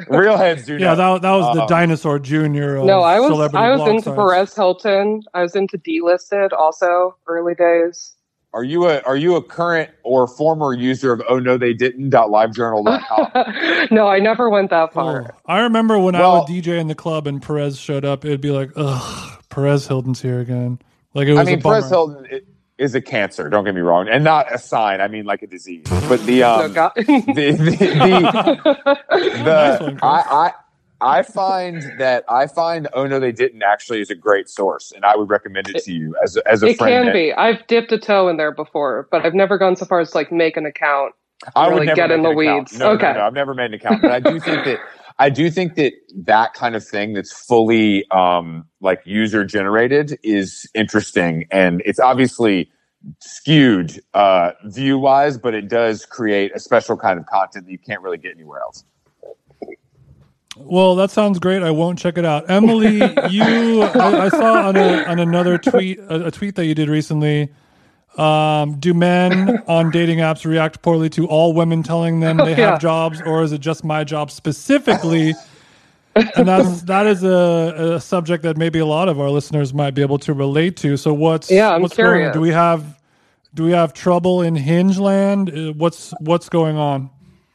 S1: real heads do.
S2: Yeah,
S1: know.
S2: that, that was the
S1: Um,
S2: dinosaur junior. Of
S5: No, I was
S2: Celebrity
S5: I was
S2: blog
S5: into
S2: sites.
S5: Perez Hilton. I was into delisted also early days.
S1: Are you a are you a current or former user of Oh No They Didn't dot livejournal.com?
S5: no, I never went that
S2: Oh,
S5: far.
S2: I remember when I
S1: Well-
S2: would DJ in the club and Perez showed up, it'd be like, ugh, Perez Hilton's here again. Like it was
S1: I mean,
S2: a bummer.
S1: Perez Hilton i- is a cancer. Don't get me wrong, and not a sign. I mean, like a disease. But the
S5: No,
S1: um,
S5: God.
S1: the the, the, the
S2: Nice one, Chris.
S1: I, I I find that I find oh no they didn't actually is a great source, and I would recommend it to you as a- as a
S5: it
S1: friend.
S5: can be. I've dipped a toe in there before, but I've never gone so far as to, like make an account.
S1: I would
S5: Really
S1: never
S5: get
S1: make
S5: in the
S1: an account.
S5: weeds.
S1: No, no,
S5: Okay.
S1: no, I've never made an account, but I do think that I do think that that kind of thing that's fully um, like user generated is interesting, and it's obviously skewed uh, view wise, but it does create a special kind of content that you can't really get anywhere else.
S2: Well, that sounds great. I won't check it out. Emily, you, I, I saw on, a, on another tweet, a, a tweet that you did recently. Um, do men on dating apps react poorly to all women telling them they
S5: Yeah.
S2: have jobs, or is it just my job specifically? and that's that is a, a subject that maybe a lot of our listeners might be able to relate to. So what's
S5: Yeah, I'm
S2: what's going on?
S5: curious.
S2: Do we have do we have trouble in Hingeland? Uh, What's what's going on?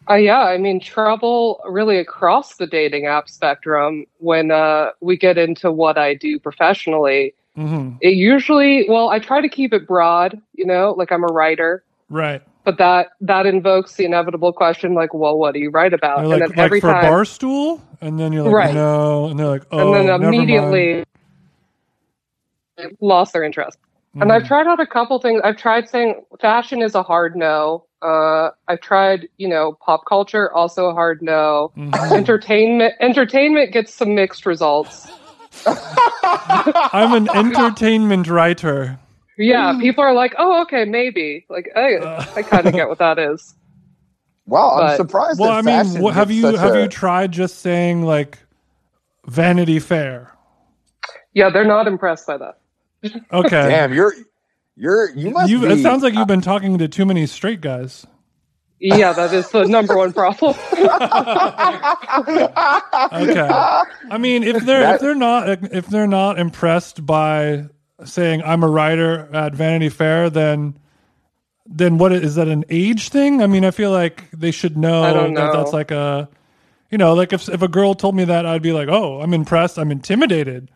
S5: Uh, yeah, I mean trouble really across the dating app spectrum when uh, we get into what I do professionally.
S2: hmm
S5: It usually, well, I try to keep it broad, you know, like I'm a writer.
S2: Right,
S5: but that that invokes the inevitable question like well what do you write about
S2: They're
S5: Uh, and
S2: like
S5: then
S2: like
S5: every
S2: for a
S5: time
S2: bar stool, and then you're like
S5: Right.
S2: no, and they're like oh,
S5: and then
S2: never mind.
S5: immediately lost their interest and
S2: Mhm.
S5: i've tried out a couple things i've tried saying fashion is a hard no uh, i've tried you know pop culture also a hard no
S2: Mhm.
S5: entertainment entertainment gets some mixed results
S2: I'm
S5: Oh,
S2: an entertainment writer.
S5: yeah people are like oh okay maybe like hey,
S2: Uh.
S5: i kind of get what that is
S1: Wow, I'm
S5: But-
S1: surprised.
S2: Well,
S1: that
S2: I mean,
S1: fashion
S2: what, have
S1: gets
S2: you
S1: such
S2: have
S1: a-
S2: you tried just saying like Vanity Fair?
S5: yeah they're not impressed by that
S2: Okay,
S1: Damn, you're you're you must.
S2: You,
S1: be,
S2: it sounds like you've
S5: Uh,
S2: been talking to too many straight guys.
S5: yeah that is the number one problem
S2: Okay. I mean, if they're if they're not if they're not impressed by saying I'm a writer at Vanity Fair, then then what is that an age thing? I mean, I feel like they should know,
S5: I don't
S2: that
S5: know.
S2: that's like a you know, like if if a girl told me that, I'd be like, "Oh, I'm impressed. I'm intimidated."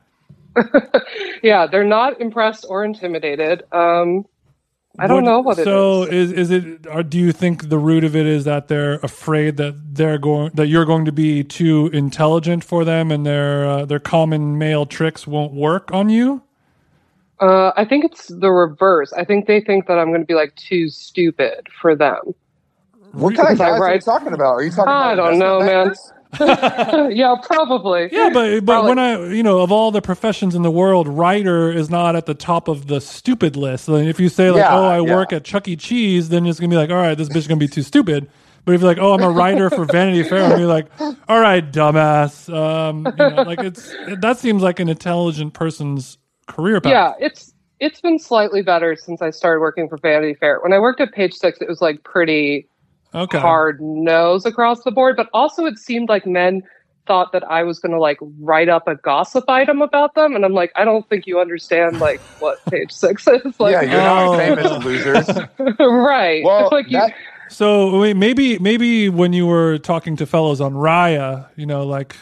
S5: yeah, they're not impressed or intimidated. Um, I don't
S2: Would-
S5: know what it is.
S2: so is. is it? Or do you think the root of it is that they're afraid that they're going that you're going to be too intelligent for them, and their uh, their common male tricks won't work on you?
S5: Uh, I think it's the reverse. I think they think that I'm going to be like too stupid for them.
S1: What kind of
S5: Is that
S1: guys are you
S5: right?
S1: talking about? Are you talking
S5: I
S1: about
S5: don't know,
S1: investment
S5: man.
S1: bankers?
S5: yeah, probably.
S2: Yeah, but but
S5: Probably.
S2: when I you know of all the professions in the world, writer is not at the top of the stupid list. Then if you say like,
S1: Yeah,
S2: oh, I
S1: yeah.
S2: work at Chuck E. Cheese, then it's gonna be like, all right, this bitch is gonna be too stupid. But if you're like, oh, I'm a writer for Vanity Fair, I'm gonna be like, all right, dumbass. Um, you know, like it's that seems like an intelligent person's career path.
S5: yeah, it's it's been slightly better since I started working for Vanity Fair. When I worked at Page Six, it was like pretty
S2: Okay.
S5: hard nose across the board, but also it seemed like men thought that I was going to like write up a gossip item about them, and I'm like, I don't think you understand like what Page Six is. Like,
S1: Yeah, you're not
S2: Oh.
S1: famous losers.
S5: right?
S1: Well,
S5: It's like you,
S1: that-
S2: So wait, maybe maybe when you were talking to fellows on Raya, you know, like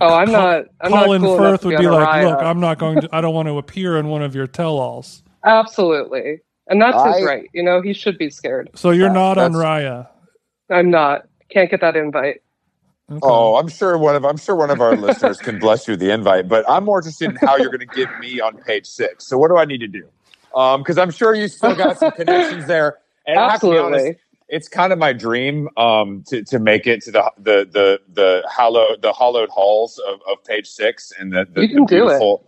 S5: oh, I'm not. I'm
S2: Colin
S5: not cool enough
S2: Firth
S5: to
S2: would
S5: on
S2: be
S5: a
S2: like,
S5: Raya.
S2: look, I'm not going to, I don't want to appear in one of your tell-alls.
S5: Absolutely. And that's
S1: I-
S5: his right. You know, he should be scared.
S2: So you're
S1: Yeah,
S2: not on
S1: that's-
S2: Raya.
S5: I'm not. Can't get that invite.
S2: Okay.
S1: Oh, I'm sure one of I'm sure one of our listeners can bless you with the invite, but I'm more interested in how you're going to give me on page six. So what do I need to do? Because I'm sure you still got some connections there. And I have to be honest,
S5: Absolutely.
S1: it's kind of my dream um, to to make it to the the the the hollow the hollowed halls of, of page six and the, the
S5: You can
S1: the
S5: do it.
S1: beautiful.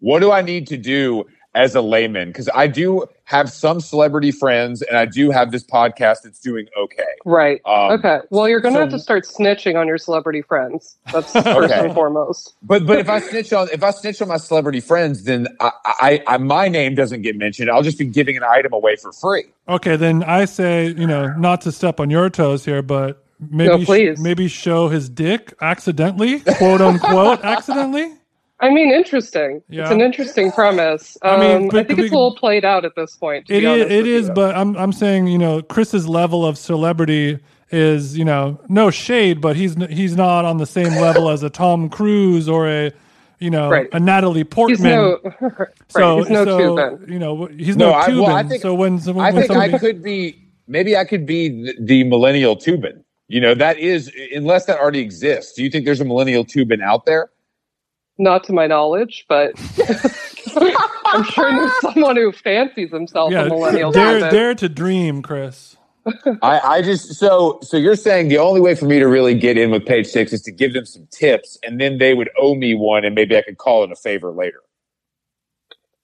S1: What do I need to do as a layman? Because I do have some celebrity friends, and I do have this podcast that's doing okay.
S5: Right.
S1: Um,
S5: okay. Well, you're going to
S1: so-
S5: have to start snitching on your celebrity friends. That's first
S1: Okay.
S5: and foremost.
S1: But but if I snitch on if I snitch on my celebrity friends, then I, I, I my name doesn't get mentioned. I'll just be giving an item away for free.
S2: Okay, then I say, you know, not to step on your toes here, but maybe
S5: No, please.
S2: maybe show his dick accidentally, quote unquote, accidentally.
S5: I mean, interesting.
S2: Yeah.
S5: It's an interesting premise.
S2: I
S5: Um, I,
S2: mean, but-
S5: think it's a
S2: but-
S5: little played out at this point. To
S2: It
S5: be
S2: is,
S5: honest
S2: it
S5: with
S2: is,
S5: you.
S2: but I'm I'm saying, you know, Chris's level of celebrity is, you know, no shade, but he's n- he's not on the same level as a Tom Cruise or a, you know,
S5: Right.
S2: a Natalie Portman.
S5: he's no, right,
S2: so,
S5: he's no
S2: so,
S5: Cuban.
S2: you know, he's no,
S1: No, I-
S2: Cuban.
S1: well, I think-
S2: so when, so when,
S1: I
S2: when
S1: think
S2: somebody,
S1: I could be maybe I could be th- the millennial Tubin. You know that is unless that already exists. Do you think there's a millennial Tubin out there?
S5: Not to my knowledge, but I'm sure there's someone who fancies himself
S2: yeah,
S5: a millennial.
S2: dare,
S5: Cuban.
S2: dare to dream, Chris.
S1: I, I just so so you're saying the only way for me to really get in with page six is to give them some tips, and then they would owe me one, and maybe I could call it a favor later.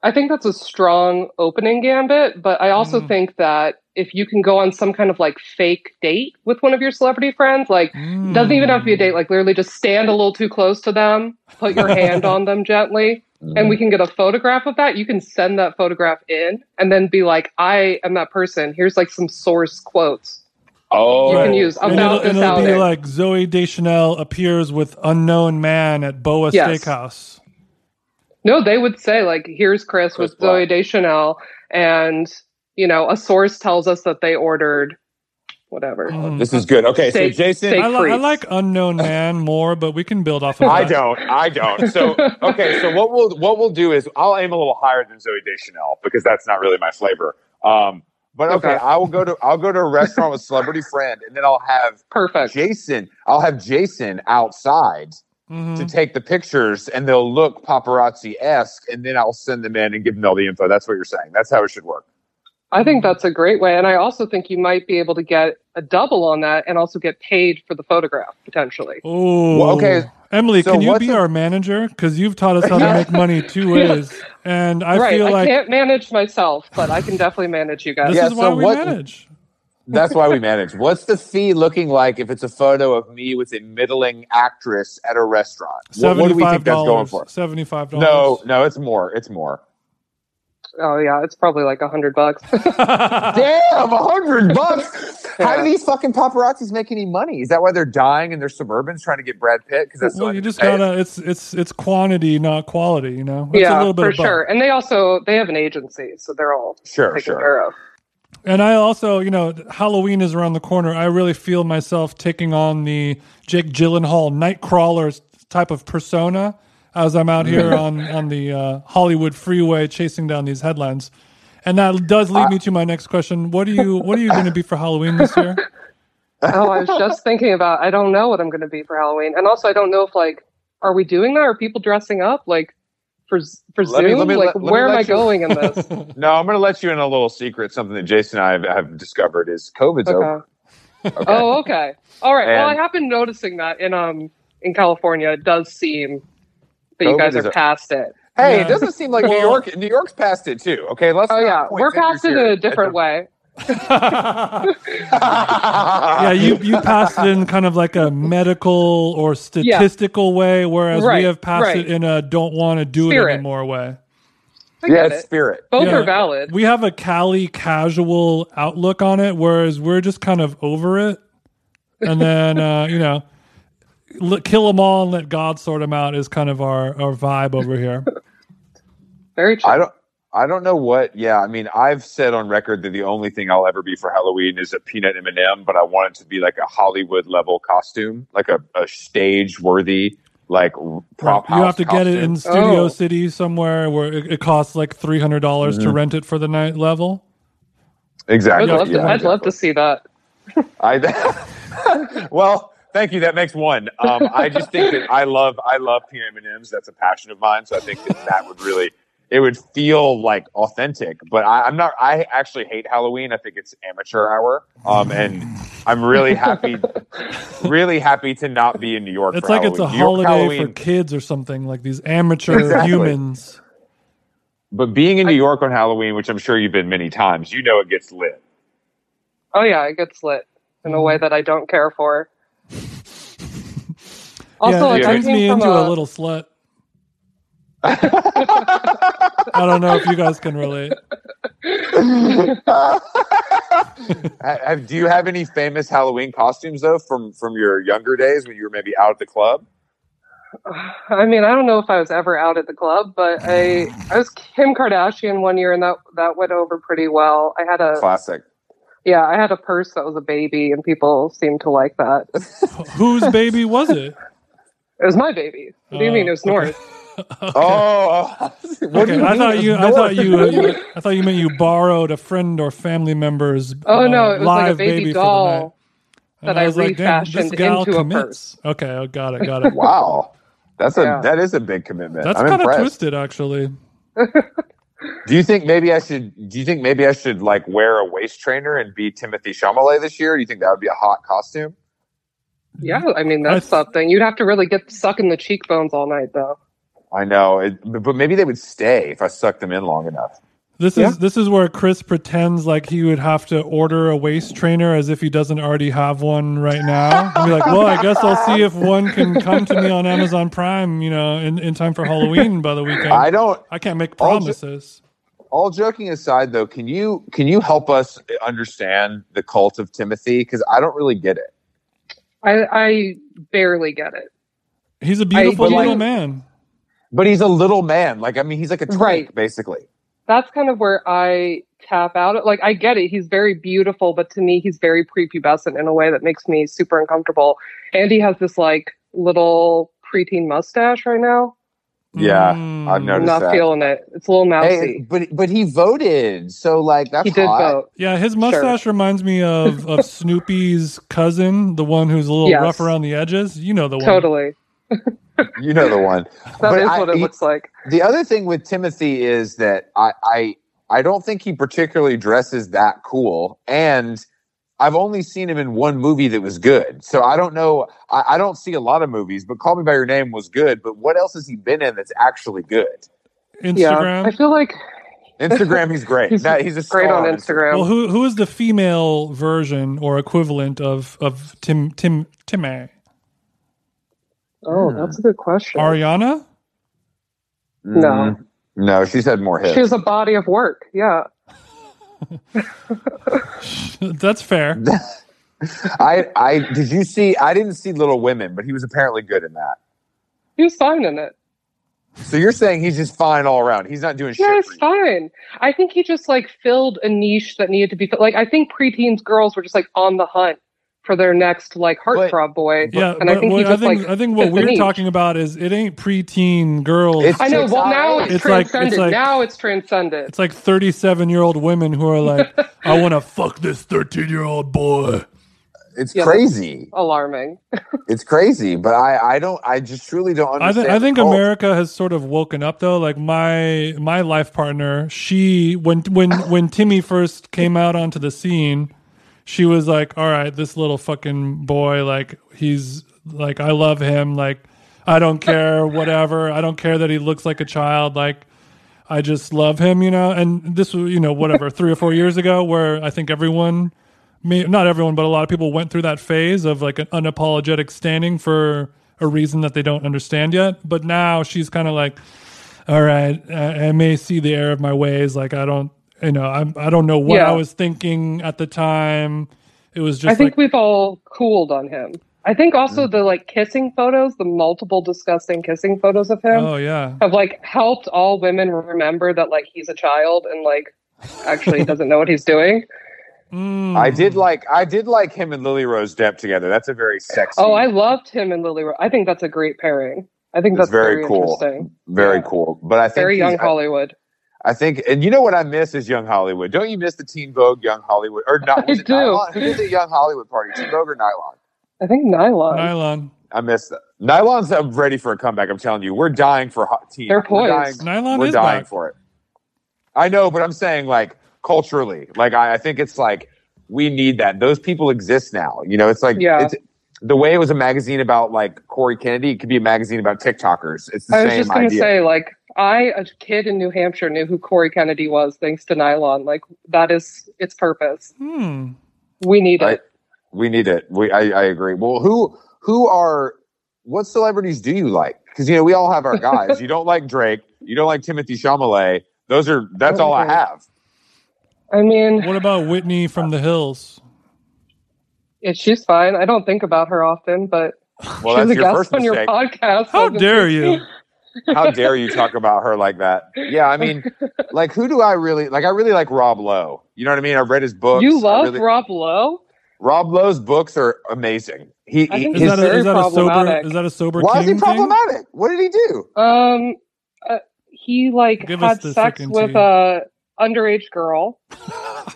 S5: I think that's a strong opening gambit, but I also
S2: Mm.
S5: think that if you can go on some kind of like fake date with one of your celebrity friends, like doesn't even have to be
S2: Hmm.
S5: a date, like literally just stand a little too close to them, put your hand on them gently, and we can get a photograph of that. You can send that photograph in and then be like, I am that person. Here's like some source quotes.
S1: oh,
S5: You can use
S2: and it'll,
S5: about this
S2: and it'll be
S5: outing.
S2: like Zoe Deschanel appears with unknown man at Boa
S5: Yes.
S2: Steakhouse.
S5: No, they would say like, "Here's Chris,
S1: Chris
S5: with Zoe
S1: Black.
S5: Deschanel," and you know, a source tells us that they ordered whatever.
S2: Mm.
S1: This is good. Okay,
S5: Steak-
S1: so Jason,
S5: steak
S2: I, li- I
S5: freeze.
S2: like unknown man more, but we can build off of that.
S1: I don't. I don't. So okay. So what we'll what we'll do is I'll aim a little higher than Zoe Deschanel because that's not really my flavor. Um, but okay,
S5: Okay.
S1: I will go to I'll go to a restaurant with celebrity friend, and then I'll have
S5: Perfect.
S1: Jason. I'll have Jason outside
S2: Mhm.
S1: to take the pictures, and they'll look paparazzi esque, and then I'll send them in and give them all the info. That's what you're saying. That's how it should work.
S5: I think that's a great way, and I also think you might be able to get a double on that, and also get paid for the photograph potentially.
S2: Oh,
S1: Well, okay,
S2: Emily,
S1: so
S2: can you
S1: what's
S2: be
S1: a-
S2: our manager? Because you've taught us how to make money two ways, and I
S5: right.
S2: feel
S5: I
S2: like
S5: can't manage myself, but I can definitely manage you guys.
S2: this
S1: Yeah,
S2: is why
S1: so
S2: we
S1: what-
S2: manage.
S1: That's why we manage. What's the fee looking like if it's a photo of me with a middling actress at a restaurant? What, what do we think that's going
S2: $75.
S1: for?
S2: Seventy-five
S1: No,
S2: dollars.
S1: no, it's more. It's more.
S5: Oh yeah, it's probably like a hundred bucks.
S1: Damn, a hundred bucks. How do these fucking paparazzis make any money? Is that why they're dying in their Suburbans trying to get Brad Pitt? Because that's the
S2: well,
S1: only
S2: you just
S1: thing they pay.
S2: gotta. It's it's it's quantity, not quality. You know. It's a
S5: yeah,
S2: little bit
S5: for
S2: of both.
S5: sure. And they also they have an agency, so they're all
S1: Sure,
S5: taken
S1: sure.
S5: care of.
S2: And I also, you know, Halloween is around the corner. I really feel myself taking on the Jake Gyllenhaal Nightcrawler type of persona. as I'm out here on on the uh, Hollywood freeway chasing down these headlines. And that does lead me to my next question. What are you What are you going to be for Halloween this year?
S5: oh, I was just thinking about. I don't know what I'm going to be for Halloween, and also I don't know if like, are we doing that? Are people dressing up like for for
S1: Let
S5: Zoom?
S1: me- let me-
S5: like,
S1: let me
S5: where am
S1: let
S5: I
S1: you-
S5: going in this?
S1: No, I'm going to let you in a little secret. Something that Jason and I have, have discovered is COVID's over.
S5: Okay. Oh, okay. All right. well, I
S1: And-
S5: have been noticing that in um in California, it does seem that
S1: COVID
S5: you guys
S1: is
S5: are
S1: a-
S5: past it.
S1: Hey,
S2: Yeah.
S1: it doesn't seem like New
S2: Well-
S1: York. New York's past it too. Okay, let's.
S5: Oh
S1: not
S5: yeah,
S1: point
S5: we're
S1: fingers
S5: past it in
S1: here.
S5: a different way.
S2: yeah,
S1: yeah,
S2: you you passed it in kind of like a medical or statistical way, whereas we
S5: Right,
S2: have passed
S5: right.
S2: it in a don't want to do it
S5: Spirit.
S2: anymore way.
S5: I
S1: yeah,
S5: get
S1: it's
S5: it.
S1: spirit.
S5: Both
S2: Yeah.
S5: are valid.
S2: We have a Cali casual outlook on it, whereas we're just kind of over it. And then, uh, you know, l- kill them all and let God sort them out is kind of our, our vibe over here.
S5: Very true.
S1: I don't. I don't know what. Yeah, I mean, I've said on record that the only thing I'll ever be for Halloween is a peanut M and m but I want it to be like a Hollywood level costume, like a, a stage worthy, like r- prop
S2: you
S1: house
S2: have to get it in
S1: costume.
S2: Studio
S5: Oh.
S2: City somewhere where it, it costs like $300 dollars to rent it for the night level.
S1: exactly.
S5: I'd love to.
S1: yeah,
S5: I'd love to see that.
S1: I well, thank you. That makes one. Um, I just think that I love I love peanut M and M's. That's a passion of mine. So I think that that would really it would feel like authentic. But I, I'm not. I actually hate Halloween. I think it's amateur hour. Um, and I'm really happy, really happy to not be in New York.
S2: It's
S1: for
S2: like
S1: Halloween.
S2: it's a
S1: New York
S2: holiday for
S1: Halloween,
S2: kids or something, like these amateur
S1: Exactly.
S2: humans.
S1: but being in New York on Halloween, which I'm sure you've been many times, you know it gets lit.
S5: Oh yeah, it gets lit in
S2: Mm-hmm.
S5: a way that I don't care for. Also,
S2: yeah,
S5: like,
S2: it
S5: I
S2: turns
S5: came
S2: me
S5: from
S2: into a
S5: a-
S2: little slut. I don't know if you guys can relate.
S1: Ha- Have, do you have any famous Halloween costumes though from from your younger days when you were maybe out at the club?
S5: I mean, I don't know if I was ever out at the club, but I I was Kim Kardashian one year, and that that went over pretty well. I had a
S1: Classic.
S5: yeah, I had a purse that was a baby, and people seemed to like that. It
S2: Whose baby was it?
S5: was my baby. What do you
S2: Oh,
S5: mean it was
S2: okay.
S5: North?
S1: Oh, what do
S2: Okay,
S1: you
S2: I
S1: mean
S2: thought
S1: it's
S2: you. I
S1: North?
S2: thought you. uh, I thought you meant you borrowed a friend or family member's.
S5: Oh
S2: uh,
S5: no, it was like a
S2: live
S5: baby,
S2: for the night.
S5: doll.
S2: And
S5: that I
S2: was like, damn, this
S5: refashioned
S2: gal
S5: into a
S2: commits. Okay, oh, got it, got it.
S1: Wow, that's a
S5: Yeah.
S1: that is a big commitment.
S2: That's
S1: I'm
S2: kind of
S1: impressed.
S2: twisted, actually.
S1: Do you think maybe I should? Do you think maybe I should like wear a waist trainer and be Timothy Chalamet this year? Do you think that would be a hot costume?
S5: Yeah, I mean
S2: I
S5: that's
S2: th-
S5: something. You'd have to really get stuck in the cheekbones all night, though.
S1: I know, it, but maybe they would stay if I sucked them in long enough.
S2: This
S5: Yeah.
S2: is this is where Chris pretends like he would have to order a waist trainer as if he doesn't already have one right now. And be like, well, I guess I'll see if one can come to me on Amazon Prime, you know, in, in time for Halloween by the weekend.
S1: I
S2: I,
S1: don't.
S2: can't make
S1: I'll ju-
S2: promises.
S1: all joking aside though can you can you help us understand the cult of timothy because i don't really get it
S5: I I barely get it.
S2: He's a beautiful
S5: but,
S2: little
S5: like-
S2: man.
S1: but he's a little man like i mean he's like a twink,
S5: Right.
S1: basically
S5: that's kind of where I tap out. Like I get it, he's very beautiful, but to me, he's very prepubescent in a way that makes me super uncomfortable. And he has this like little preteen mustache right now.
S1: Yeah, I've
S5: I'm
S1: noticed. Notice
S5: not
S1: that.
S5: feeling it. It's a little
S1: hey,
S5: mousy.
S1: but but he voted so like that's
S5: he did
S1: hot.
S5: vote.
S2: Yeah, his
S5: Sure.
S2: mustache reminds me of of Snoopy's cousin, the one who's a little
S5: Yes.
S2: rough around the edges. You know the one.
S5: Totally.
S1: you know the one
S5: That
S1: But
S5: is
S1: I-
S5: what it
S1: he-
S5: looks like.
S1: the other thing with timothy is that i i i don't think he particularly dresses that cool and I've only seen him in one movie that was good, so I don't know. I, I don't see a lot of movies, but Call Me by Your Name was good. But what else has he been in that's actually good?
S5: Yeah.
S2: Instagram.
S5: I feel like
S1: Instagram, he's great.
S5: He's
S1: That- he's a
S5: great
S1: star
S5: on Instagram.
S2: well, who who is the female version or equivalent of of Tim Tim Timmy?
S5: oh, that's a good question.
S2: Ariana?
S5: no.
S1: Mm-hmm. No, she's had more hits.
S5: She has a body of work. Yeah.
S2: That's fair.
S1: I, I did you see? I didn't see Little Women, but he was apparently good in that.
S5: He was fine in it.
S1: So you're saying he's just fine all around. He's not doing shit.
S5: Yeah,
S1: for
S5: it's
S1: you.
S5: fine. I think he just like filled a niche that needed to be filled. Like I think preteens girls were just like on the hunt for their next like heartthrob boy.
S2: Yeah,
S5: and I
S2: but
S5: think
S2: what-
S5: he just
S2: I think,
S5: like
S2: I think what
S5: fit the
S2: we're
S5: niche.
S2: talking about is it ain't preteen girls.
S1: It's-
S2: It's,
S5: I know. Well, now it's,
S2: It's like- it's
S5: transcended.
S2: like-
S5: now it's transcended.
S2: like thirty-seven-year-old women who are like, "I want to fuck this thirteen-year-old boy."
S1: It's
S5: Yeah.
S1: crazy.
S5: alarming.
S1: It's crazy. But I, I don't. I just truly don't
S2: I, th-
S1: understand.
S2: I think
S1: the cult.
S2: America has sort of woken up though. Like my my life partner, she when when when Timmy first came out onto the scene, she was like, "All right, this little fucking boy, like he's like I love him, like I don't care whatever. I don't care that he looks like a child, like I just love him, you know." And this was, you know, whatever, 3 or 4 years ago where I think everyone me, not everyone, but a lot of people went through that phase of like an unapologetic standing for a reason that they don't understand yet. But now she's kind of like, all right, I, I may see the error of my ways. Like I don't, you know, I'm, I don't know what
S5: Yeah.
S2: I was thinking at the time. It was just
S5: I think
S2: like,
S5: we've all cooled on him. I think also the like kissing photos, the multiple disgusting kissing photos of him,
S2: oh yeah,
S5: have like helped all women remember that like he's a child and like actually doesn't know what he's doing.
S2: Mm.
S1: I did like. I did like him and Lily Rose Depp together. That's a very sexy.
S5: Oh, I loved him and Lily. Ro- I think that's a great pairing. I think
S1: It's
S5: that's
S1: very
S5: very,
S1: cool.
S5: interesting.
S1: very
S5: yeah.
S1: cool. But I think
S5: Very
S1: he's-
S5: young
S1: I-
S5: Hollywood.
S1: I think, and you know what I miss is Young Hollywood. Don't you miss the Teen Vogue Young Hollywood or not? Was
S5: I
S1: it
S5: do.
S1: Nylon? Who did the Young Hollywood party? Teen Vogue or Nylon?
S5: I think Nylon.
S2: nylon.
S1: I miss that. Nylon's uh, ready for a comeback. I'm telling you, we're dying for hot teen.
S5: They're
S1: We're dying,
S5: poised.
S2: Nylon
S1: we're
S2: is
S1: dying
S2: back.
S1: for it. I know, but I'm saying like culturally, like I, I think it's like we need that. Those people exist now. You know, it's like
S5: Yeah.
S1: It's, the way it was a magazine about like Corey Kennedy, it could be a magazine about TikTokers. It's the
S5: I was
S1: same
S5: just gonna
S1: idea.
S5: say, like, I, a kid in New Hampshire, knew who Corey Kennedy was thanks to Nylon. Like, that is its purpose.
S2: Hmm.
S5: We need
S1: Right.
S5: it.
S1: We need it. We, I, I agree. Well, who who are what celebrities do you like? Because you know we all have our guys. you don't like Drake. You don't like Timothy Chalamet. Those are that's all I
S5: Okay.
S1: have.
S5: I mean,
S2: What about Whitney from the hills?
S5: yeah, she's fine. I don't think about her often, but
S1: Well,
S5: she's
S1: that's
S5: a
S1: your
S5: guest
S1: first
S5: on your
S1: mistake.
S5: podcast.
S2: How
S5: I was-
S2: dare you?
S1: How dare you talk about her like that? Yeah, I mean, like who do I really like? I really like Rob Lowe. You know what I mean? I read his books. I
S5: You love
S1: really-
S5: Rob Lowe?
S1: Rob Lowe's books are amazing. He,
S5: I
S1: he-
S5: think
S2: Is
S1: his-
S2: that, a,
S5: very
S2: is that a sober?
S5: problematic.
S2: Is that a sober?
S1: why is he
S2: king thing?
S1: problematic? What did he do?
S5: Um, uh, he like
S2: Give us
S5: had
S2: the
S5: sex
S2: second
S5: with
S2: tea.
S5: a underage girl.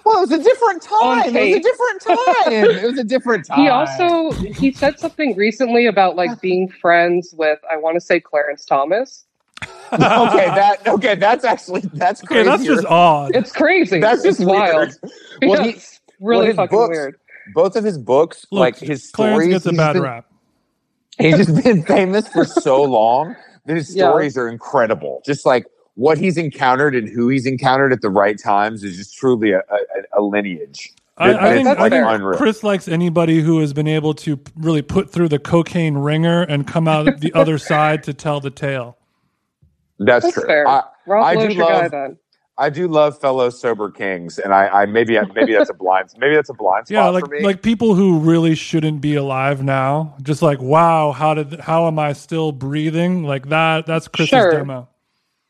S1: Well, it was a different
S5: On
S1: time. It was a
S5: tape.
S1: different time. it was a different time.
S5: He also he said something recently about like being friends with I want to say Clarence Thomas.
S1: okay, that okay, that's actually that's
S2: Okay,
S1: crazy.
S2: that's just odd.
S5: It's crazy.
S1: That's just
S5: it's wild.
S1: wild. Well,
S5: Yeah,
S1: he,
S5: it's really
S1: his
S5: fucking
S1: books-
S5: weird.
S1: both of his books,
S2: Look,
S1: like his
S2: Clarence
S1: stories,
S2: gets a
S1: he's
S2: bad
S1: been-
S2: rap.
S1: he's just been famous for so long that his
S5: Yeah.
S1: stories are incredible. Just like what he's encountered and who he's encountered at the right times is just truly a, a, a lineage.
S2: I,
S1: It-
S2: I
S1: it's
S2: think,
S5: that's
S2: I think
S5: fair.
S1: unreal.
S2: Chris likes anybody who has been able to p- really put through the cocaine ringer and come out the other side to tell the tale.
S1: That's,
S5: That's
S1: true.
S5: fair.
S1: I, I
S5: Rob
S1: do
S5: Lowe's your guy
S1: love-
S5: then.
S1: I do love fellow sober kings, and I, I maybe I, maybe that's a blind maybe that's a blind spot
S2: Yeah, like
S1: for me.
S2: like people who really shouldn't be alive now. Just like wow, how did how am I still breathing? Like that. That's Chris's
S5: Sure.
S2: demo.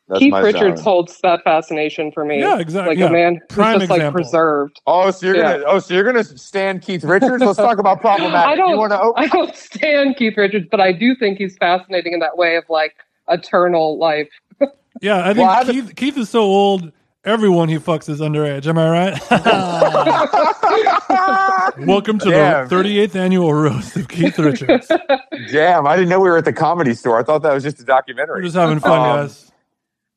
S1: that's
S5: Keith
S1: my
S5: Richards
S1: genre.
S5: holds that fascination for me.
S2: Yeah, exactly,
S5: Like
S2: yeah.
S5: a man who's
S2: Prime
S5: just like
S2: example.
S5: preserved.
S1: Oh, so you're
S5: Yeah.
S1: gonna oh, so you're gonna stand Keith Richards? Let's talk about problematic.
S5: I
S1: You
S5: don't.
S1: wanna op-
S5: I don't stand Keith Richards, but I do think he's fascinating in that way of like eternal life.
S2: Yeah, I think
S1: Well, I haven't-
S2: Keith, Keith is so old. Everyone he fucks is underage. Am
S1: Oh,
S2: I right? Welcome to
S1: Damn.
S2: the 38th annual roast of Keith Richards.
S1: Damn, I didn't know we were at the comedy store. I thought that was just a
S2: We're
S1: documentary.
S2: just having fun,
S1: Um,
S2: guys.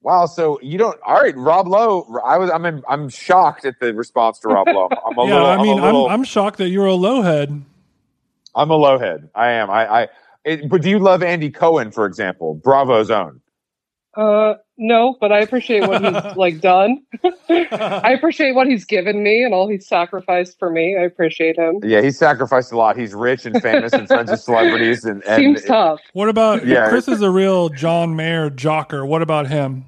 S1: Wow, so you don't all right, Rob Lowe. I was I'm in, I'm shocked at the response to Rob Lowe. I'm a
S2: yeah,
S1: little
S2: I mean,
S1: I'm a little,
S2: I'm, I'm shocked that you're a lowhead.
S1: I'm a lowhead. I am. I I it, but do you love Andy Cohen, for example? Bravo's own.
S5: Uh, no, but I appreciate what he's like done. I appreciate what he's given me and all he's sacrificed for me. I appreciate him.
S1: Yeah, he sacrificed a lot. He's rich and famous and friends with celebrities and, and
S5: Seems tough.
S2: What about
S1: Yeah.
S2: Chris is a real John Mayer jocker. What about him?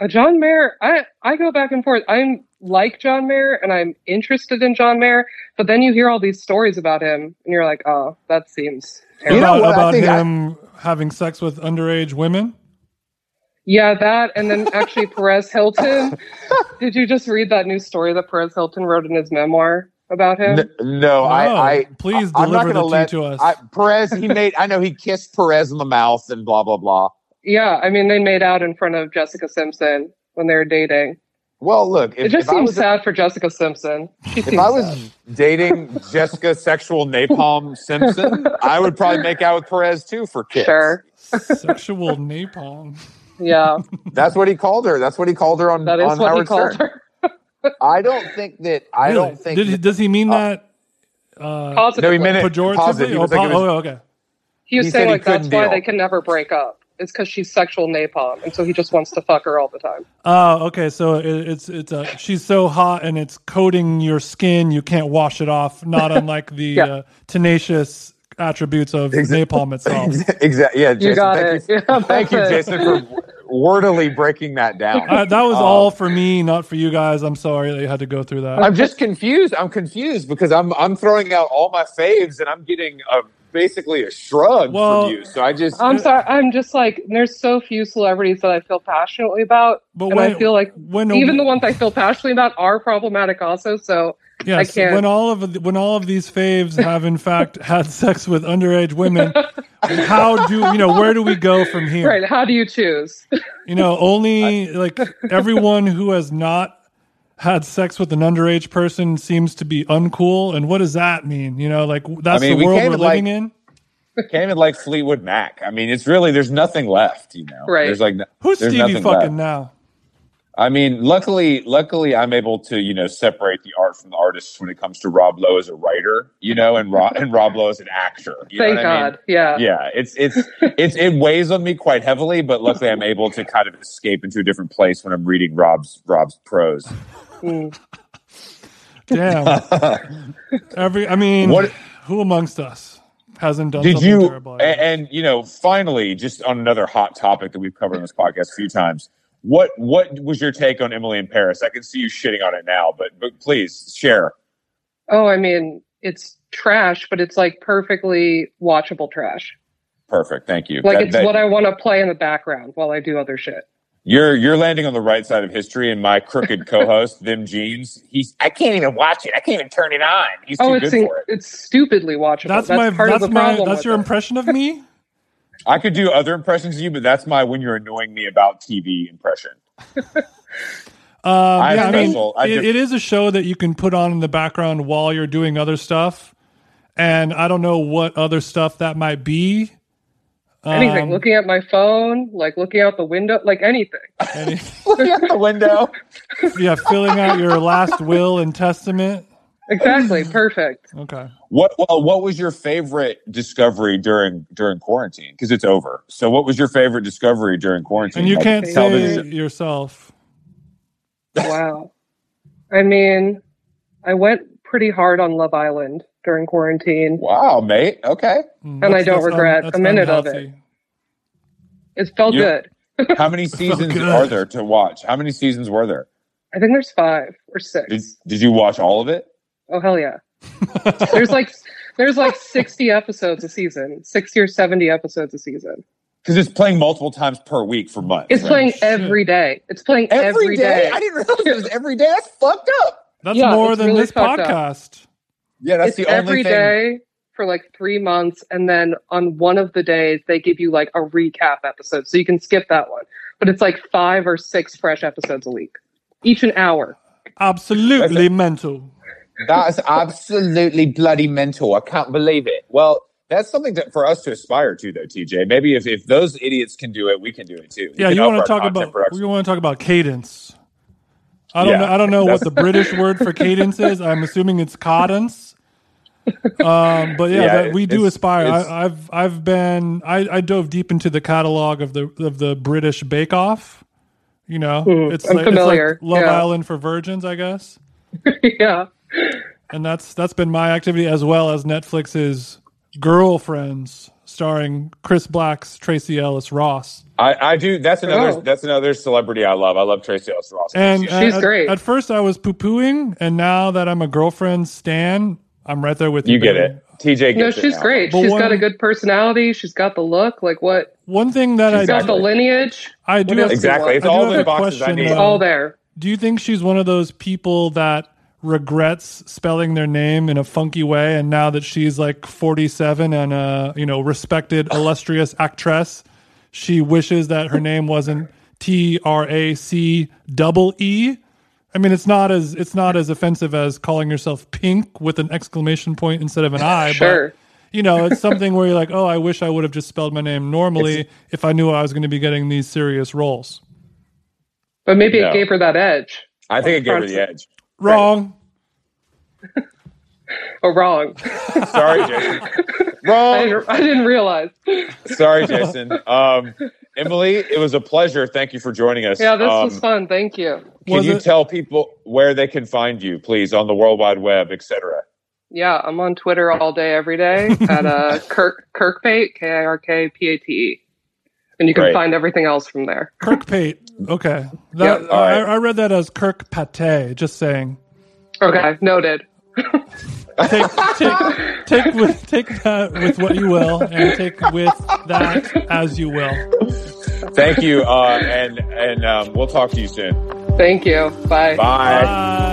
S5: Uh, John Mayer, I I go back and forth. I'm like John Mayer and I'm interested in John Mayer, but then you hear all these stories about him and you're like, oh, that seems
S1: You
S5: terrible.
S1: know
S2: about
S1: what, I
S2: about
S1: think I-
S2: him having sex with underage women?
S5: Yeah, that and then actually Perez Hilton. Did you just read that new story that Perez Hilton wrote in his memoir about him?
S1: N- no,
S2: No,
S1: Oh, I, I
S2: please
S1: I- I'm not
S2: deliver the
S1: gonna
S2: tea
S1: let-
S2: to us.
S1: I, Perez, he made. I know he kissed Perez in the mouth and blah blah blah.
S5: Yeah, I mean, they made out in front of Jessica Simpson when they were dating.
S1: Well, look, if,
S5: it just
S1: if I
S5: seems
S1: was
S5: sad for Jessica Simpson. She
S1: if
S5: seems
S1: I was
S5: sad.
S1: dating Jessica Sexual Napalm Simpson, I would probably make out with Perez too for kids.
S5: sure,
S2: Sexual napalm.
S5: yeah,
S1: That's what he called her. That's what he called her on,
S5: that is
S1: on
S5: what
S1: Howard
S5: he called
S1: Stern.
S5: her.
S1: I don't think that I don't think
S2: Did he,
S1: that-
S2: does he mean that? Uh,
S5: Positive.
S1: No, he meant it positive.
S2: pejoratively?
S1: He
S2: Oh,
S1: was like,
S2: po-
S1: it was-
S2: oh, okay.
S5: He was
S1: He said
S5: saying
S1: he
S5: like that's
S1: couldn't
S5: why
S1: deal.
S5: they can never break up. It's because she's sexual napalm, and so he just wants to fuck her all the time.
S2: Oh, okay. So it, it's it's a she's so hot and it's coating your skin. You can't wash it off. Not unlike the
S5: Yeah.
S2: uh, tenacious attributes of
S1: Exa-
S2: napalm itself.
S1: exactly. Yeah, Jason,
S5: you got
S1: thank
S5: it.
S1: you,
S5: Yeah,
S1: thank you,
S5: that's it.
S1: Jason, for w- wordily breaking that down.
S2: Uh, that was
S5: Oh.
S1: Um,
S2: all for me, not for you guys. I'm sorry that you had to go through that.
S1: I'm just confused. I'm confused because I'm I'm throwing out all my faves and I'm getting a basically a shrug
S2: Well-
S1: from you. So I just
S5: I'm sorry. I'm just like there's so few celebrities that I feel passionately about,
S2: But
S5: and
S2: when-
S5: I feel like
S2: when
S5: even the ones I feel passionately about are problematic also. So
S2: Yes,
S5: I can't-
S2: when all of the- when all of these faves have in fact had sex with underage women, how do you know where do we go from here?
S5: right, how do you choose?
S2: You know, only like everyone who has not had sex with an underage person seems to be uncool. And what does that mean? You know, like that's
S1: mean,
S2: the
S1: we
S2: world
S1: came
S2: we're
S1: to, like-
S2: living in.
S1: came in like Fleetwood Mac. I mean, it's really there's nothing left, you know.
S5: Right.
S1: There's like no-
S2: Who's
S1: there's
S2: Stevie
S1: nothing
S2: fucking
S1: left.
S2: now?
S1: I mean, luckily, luckily, I'm able to you know separate the art from the artist when it comes to Rob Lowe as a writer, you know, and Rob and Rob Lowe as an actor. You know
S5: Thank
S1: what I mean?
S5: God. Yeah.
S1: Yeah, it's it's it's it weighs on me quite heavily, but luckily I'm able to kind of escape into a different place when I'm reading Rob's Rob's prose.
S5: Mm.
S2: Damn. Every, I mean,
S1: What-
S2: who amongst us hasn't done
S1: Did
S2: something
S1: you
S2: terrible?
S1: and, and you know finally just on another hot topic that we've covered on this podcast a few times. What what was your take on Emily in Paris? I can see you shitting on it now, but but please share.
S5: Oh, I mean, it's trash, but it's like perfectly watchable trash.
S1: Perfect, thank you.
S5: Like
S1: That-
S5: it's
S1: that-
S5: what I want to play in the background while I do other shit.
S1: You're you're landing on the right side of history, and my crooked co-host, them jeans. He's I can't even watch it. I can't even turn it on. He's too
S5: Oh,
S1: good
S5: it's in,
S1: for it.
S5: it's stupidly watchable.
S2: that's,
S5: That's,
S2: my,
S5: part
S2: that's
S5: of the
S2: my,
S5: problem.
S2: that's
S5: with
S2: your
S5: it.
S2: impression of me? Um,
S1: I could do other impressions of you, but that's my when you're annoying me about TV impression.
S2: Um,
S1: have
S2: yeah, I mean,
S1: special- I
S2: it-
S1: diff-
S2: it is a show that you can put on in the background while you're doing other stuff, and I don't know what other stuff that might be.
S5: anything.
S2: Um,
S5: looking at my phone, like looking out the window, like anything.
S2: any-
S1: Looking out the window.
S2: yeah, filling out your last will and testament.
S5: Exactly. Perfect.
S2: Okay,
S1: What well, what was your favorite discovery during during quarantine? Because it's over. So what was your favorite discovery during quarantine?
S2: and you
S1: Like,
S2: can't
S1: tell
S2: say
S1: this-
S5: television.
S2: yourself.
S5: Wow. I mean, I went pretty hard on Love Island during quarantine.
S1: Wow, mate. Okay.
S2: And
S5: I don't regret a minute of it. It felt
S1: You-
S5: good.
S1: How many seasons
S2: good.
S1: are there to watch? How many seasons were there?
S5: I think there's five or six.
S1: Did, did you watch all of it?
S5: Oh hell yeah. there's like there's like 60 episodes a season, 60 or 70 episodes a season.
S1: Because it's playing multiple times per week for months.
S5: It's
S1: right?
S5: playing
S2: Shit.
S5: every day. It's playing every day.
S1: I didn't realize it was every day. That's fucked up.
S2: That's
S5: Yeah,
S2: more
S5: it's
S2: than
S5: really
S2: this
S5: fucked up.
S2: podcast.
S1: Yeah, that's
S5: it's
S1: the only
S5: every
S1: thing.
S5: day for like three months, and then on one of the days they give you like a recap episode, so you can skip that one. But it's like five or six fresh episodes a week, each an hour.
S2: Absolutely mental.
S1: That's absolutely bloody mental. I can't believe it. Well, that's something that for us to aspire to, though, TJ. Maybe if, if those idiots can do it, we can do it too.
S2: Yeah,
S1: can
S2: you
S1: up
S2: want to
S1: our
S2: talk
S1: content
S2: about
S1: production.
S2: you want to talk about cadence. I don't
S1: Yeah.
S2: know, I don't know what the British word for cadence is. I'm assuming it's cadence. Um, but yeah,
S1: Yeah,
S2: that, we do
S1: it's-
S2: aspire.
S1: it's-
S2: I, I've I've been I, I dove deep into the catalog of the of the British Bake Off. You know,
S5: Mhm,
S2: it's
S5: I'm
S2: like,
S5: familiar,
S2: it's like Love
S5: yeah.
S2: Island for virgins, I guess.
S5: yeah,
S2: And that's that's been my activity as well as Netflix's Girlfriends, starring Chris Black's Tracy Ellis Ross.
S1: I, I do. That's another.
S5: Oh.
S1: That's another celebrity I love. I love Tracy Ellis Ross.
S2: And
S1: She's-
S2: uh,
S5: She's
S2: at,
S5: great.
S2: At first, I was poo pooing, and now that I'm a girlfriend Stan, I'm right there with you.
S1: you get
S2: baby.
S1: it. TJ. Gets
S5: no,
S1: it
S5: she's
S1: now.
S5: great.
S2: But
S5: She's
S2: one-
S5: got a good personality. She's got the look. Like what?
S2: One thing that
S5: She's
S2: I
S5: got
S2: do,
S5: the lineage.
S2: I do
S5: what
S2: have,
S5: else?
S1: Exactly. It's
S2: I do
S1: all
S2: have
S1: the
S2: a
S1: boxes I
S2: question,
S1: need.
S2: though.
S5: All there.
S2: do you think she's one of those people that regrets spelling their name in a funky way, and now that she's like 47 and a you know respected, illustrious actress, she wishes that her name wasn't T R A C double E. I mean, it's not as it's not as offensive as calling yourself pink with an exclamation point instead of an I.
S5: Sure.
S2: But you know, it's something where you're like, oh, I wish I would have just spelled my name normally if I knew I was going to be getting these serious roles.
S5: But maybe
S1: No.
S5: it gave her that edge.
S1: I think it gave her the edge.
S2: Wrong.
S5: Or Oh, wrong.
S1: Sorry, Jason.
S5: I
S1: Wrong.
S2: Um,
S5: didn't, I didn't realize.
S1: Sorry, Jason. Um, Emily, it was a pleasure. Thank you for joining us.
S5: Yeah, this
S1: Um,
S5: was fun. Thank you.
S1: Can
S2: Was
S1: you
S2: it-
S1: tell people where they can find you, please, on the World Wide Web, etc.?
S5: Yeah, I'm on Twitter all day, every day at uh, Kirk Kirkpate, K I R K P A T E, and you can
S1: Great.
S5: find everything else from there.
S2: Kirk Pate. Okay. That,
S1: Yeah, all right.
S2: I, I read that as Kirk Pate, just saying.
S5: Okay, noted.
S2: Take, take, take, with, take that with what you will and take with that as you will.
S1: Thank you, uh, and and um, we'll talk to you soon.
S5: Thank you. Bye.
S1: Bye.
S2: Bye.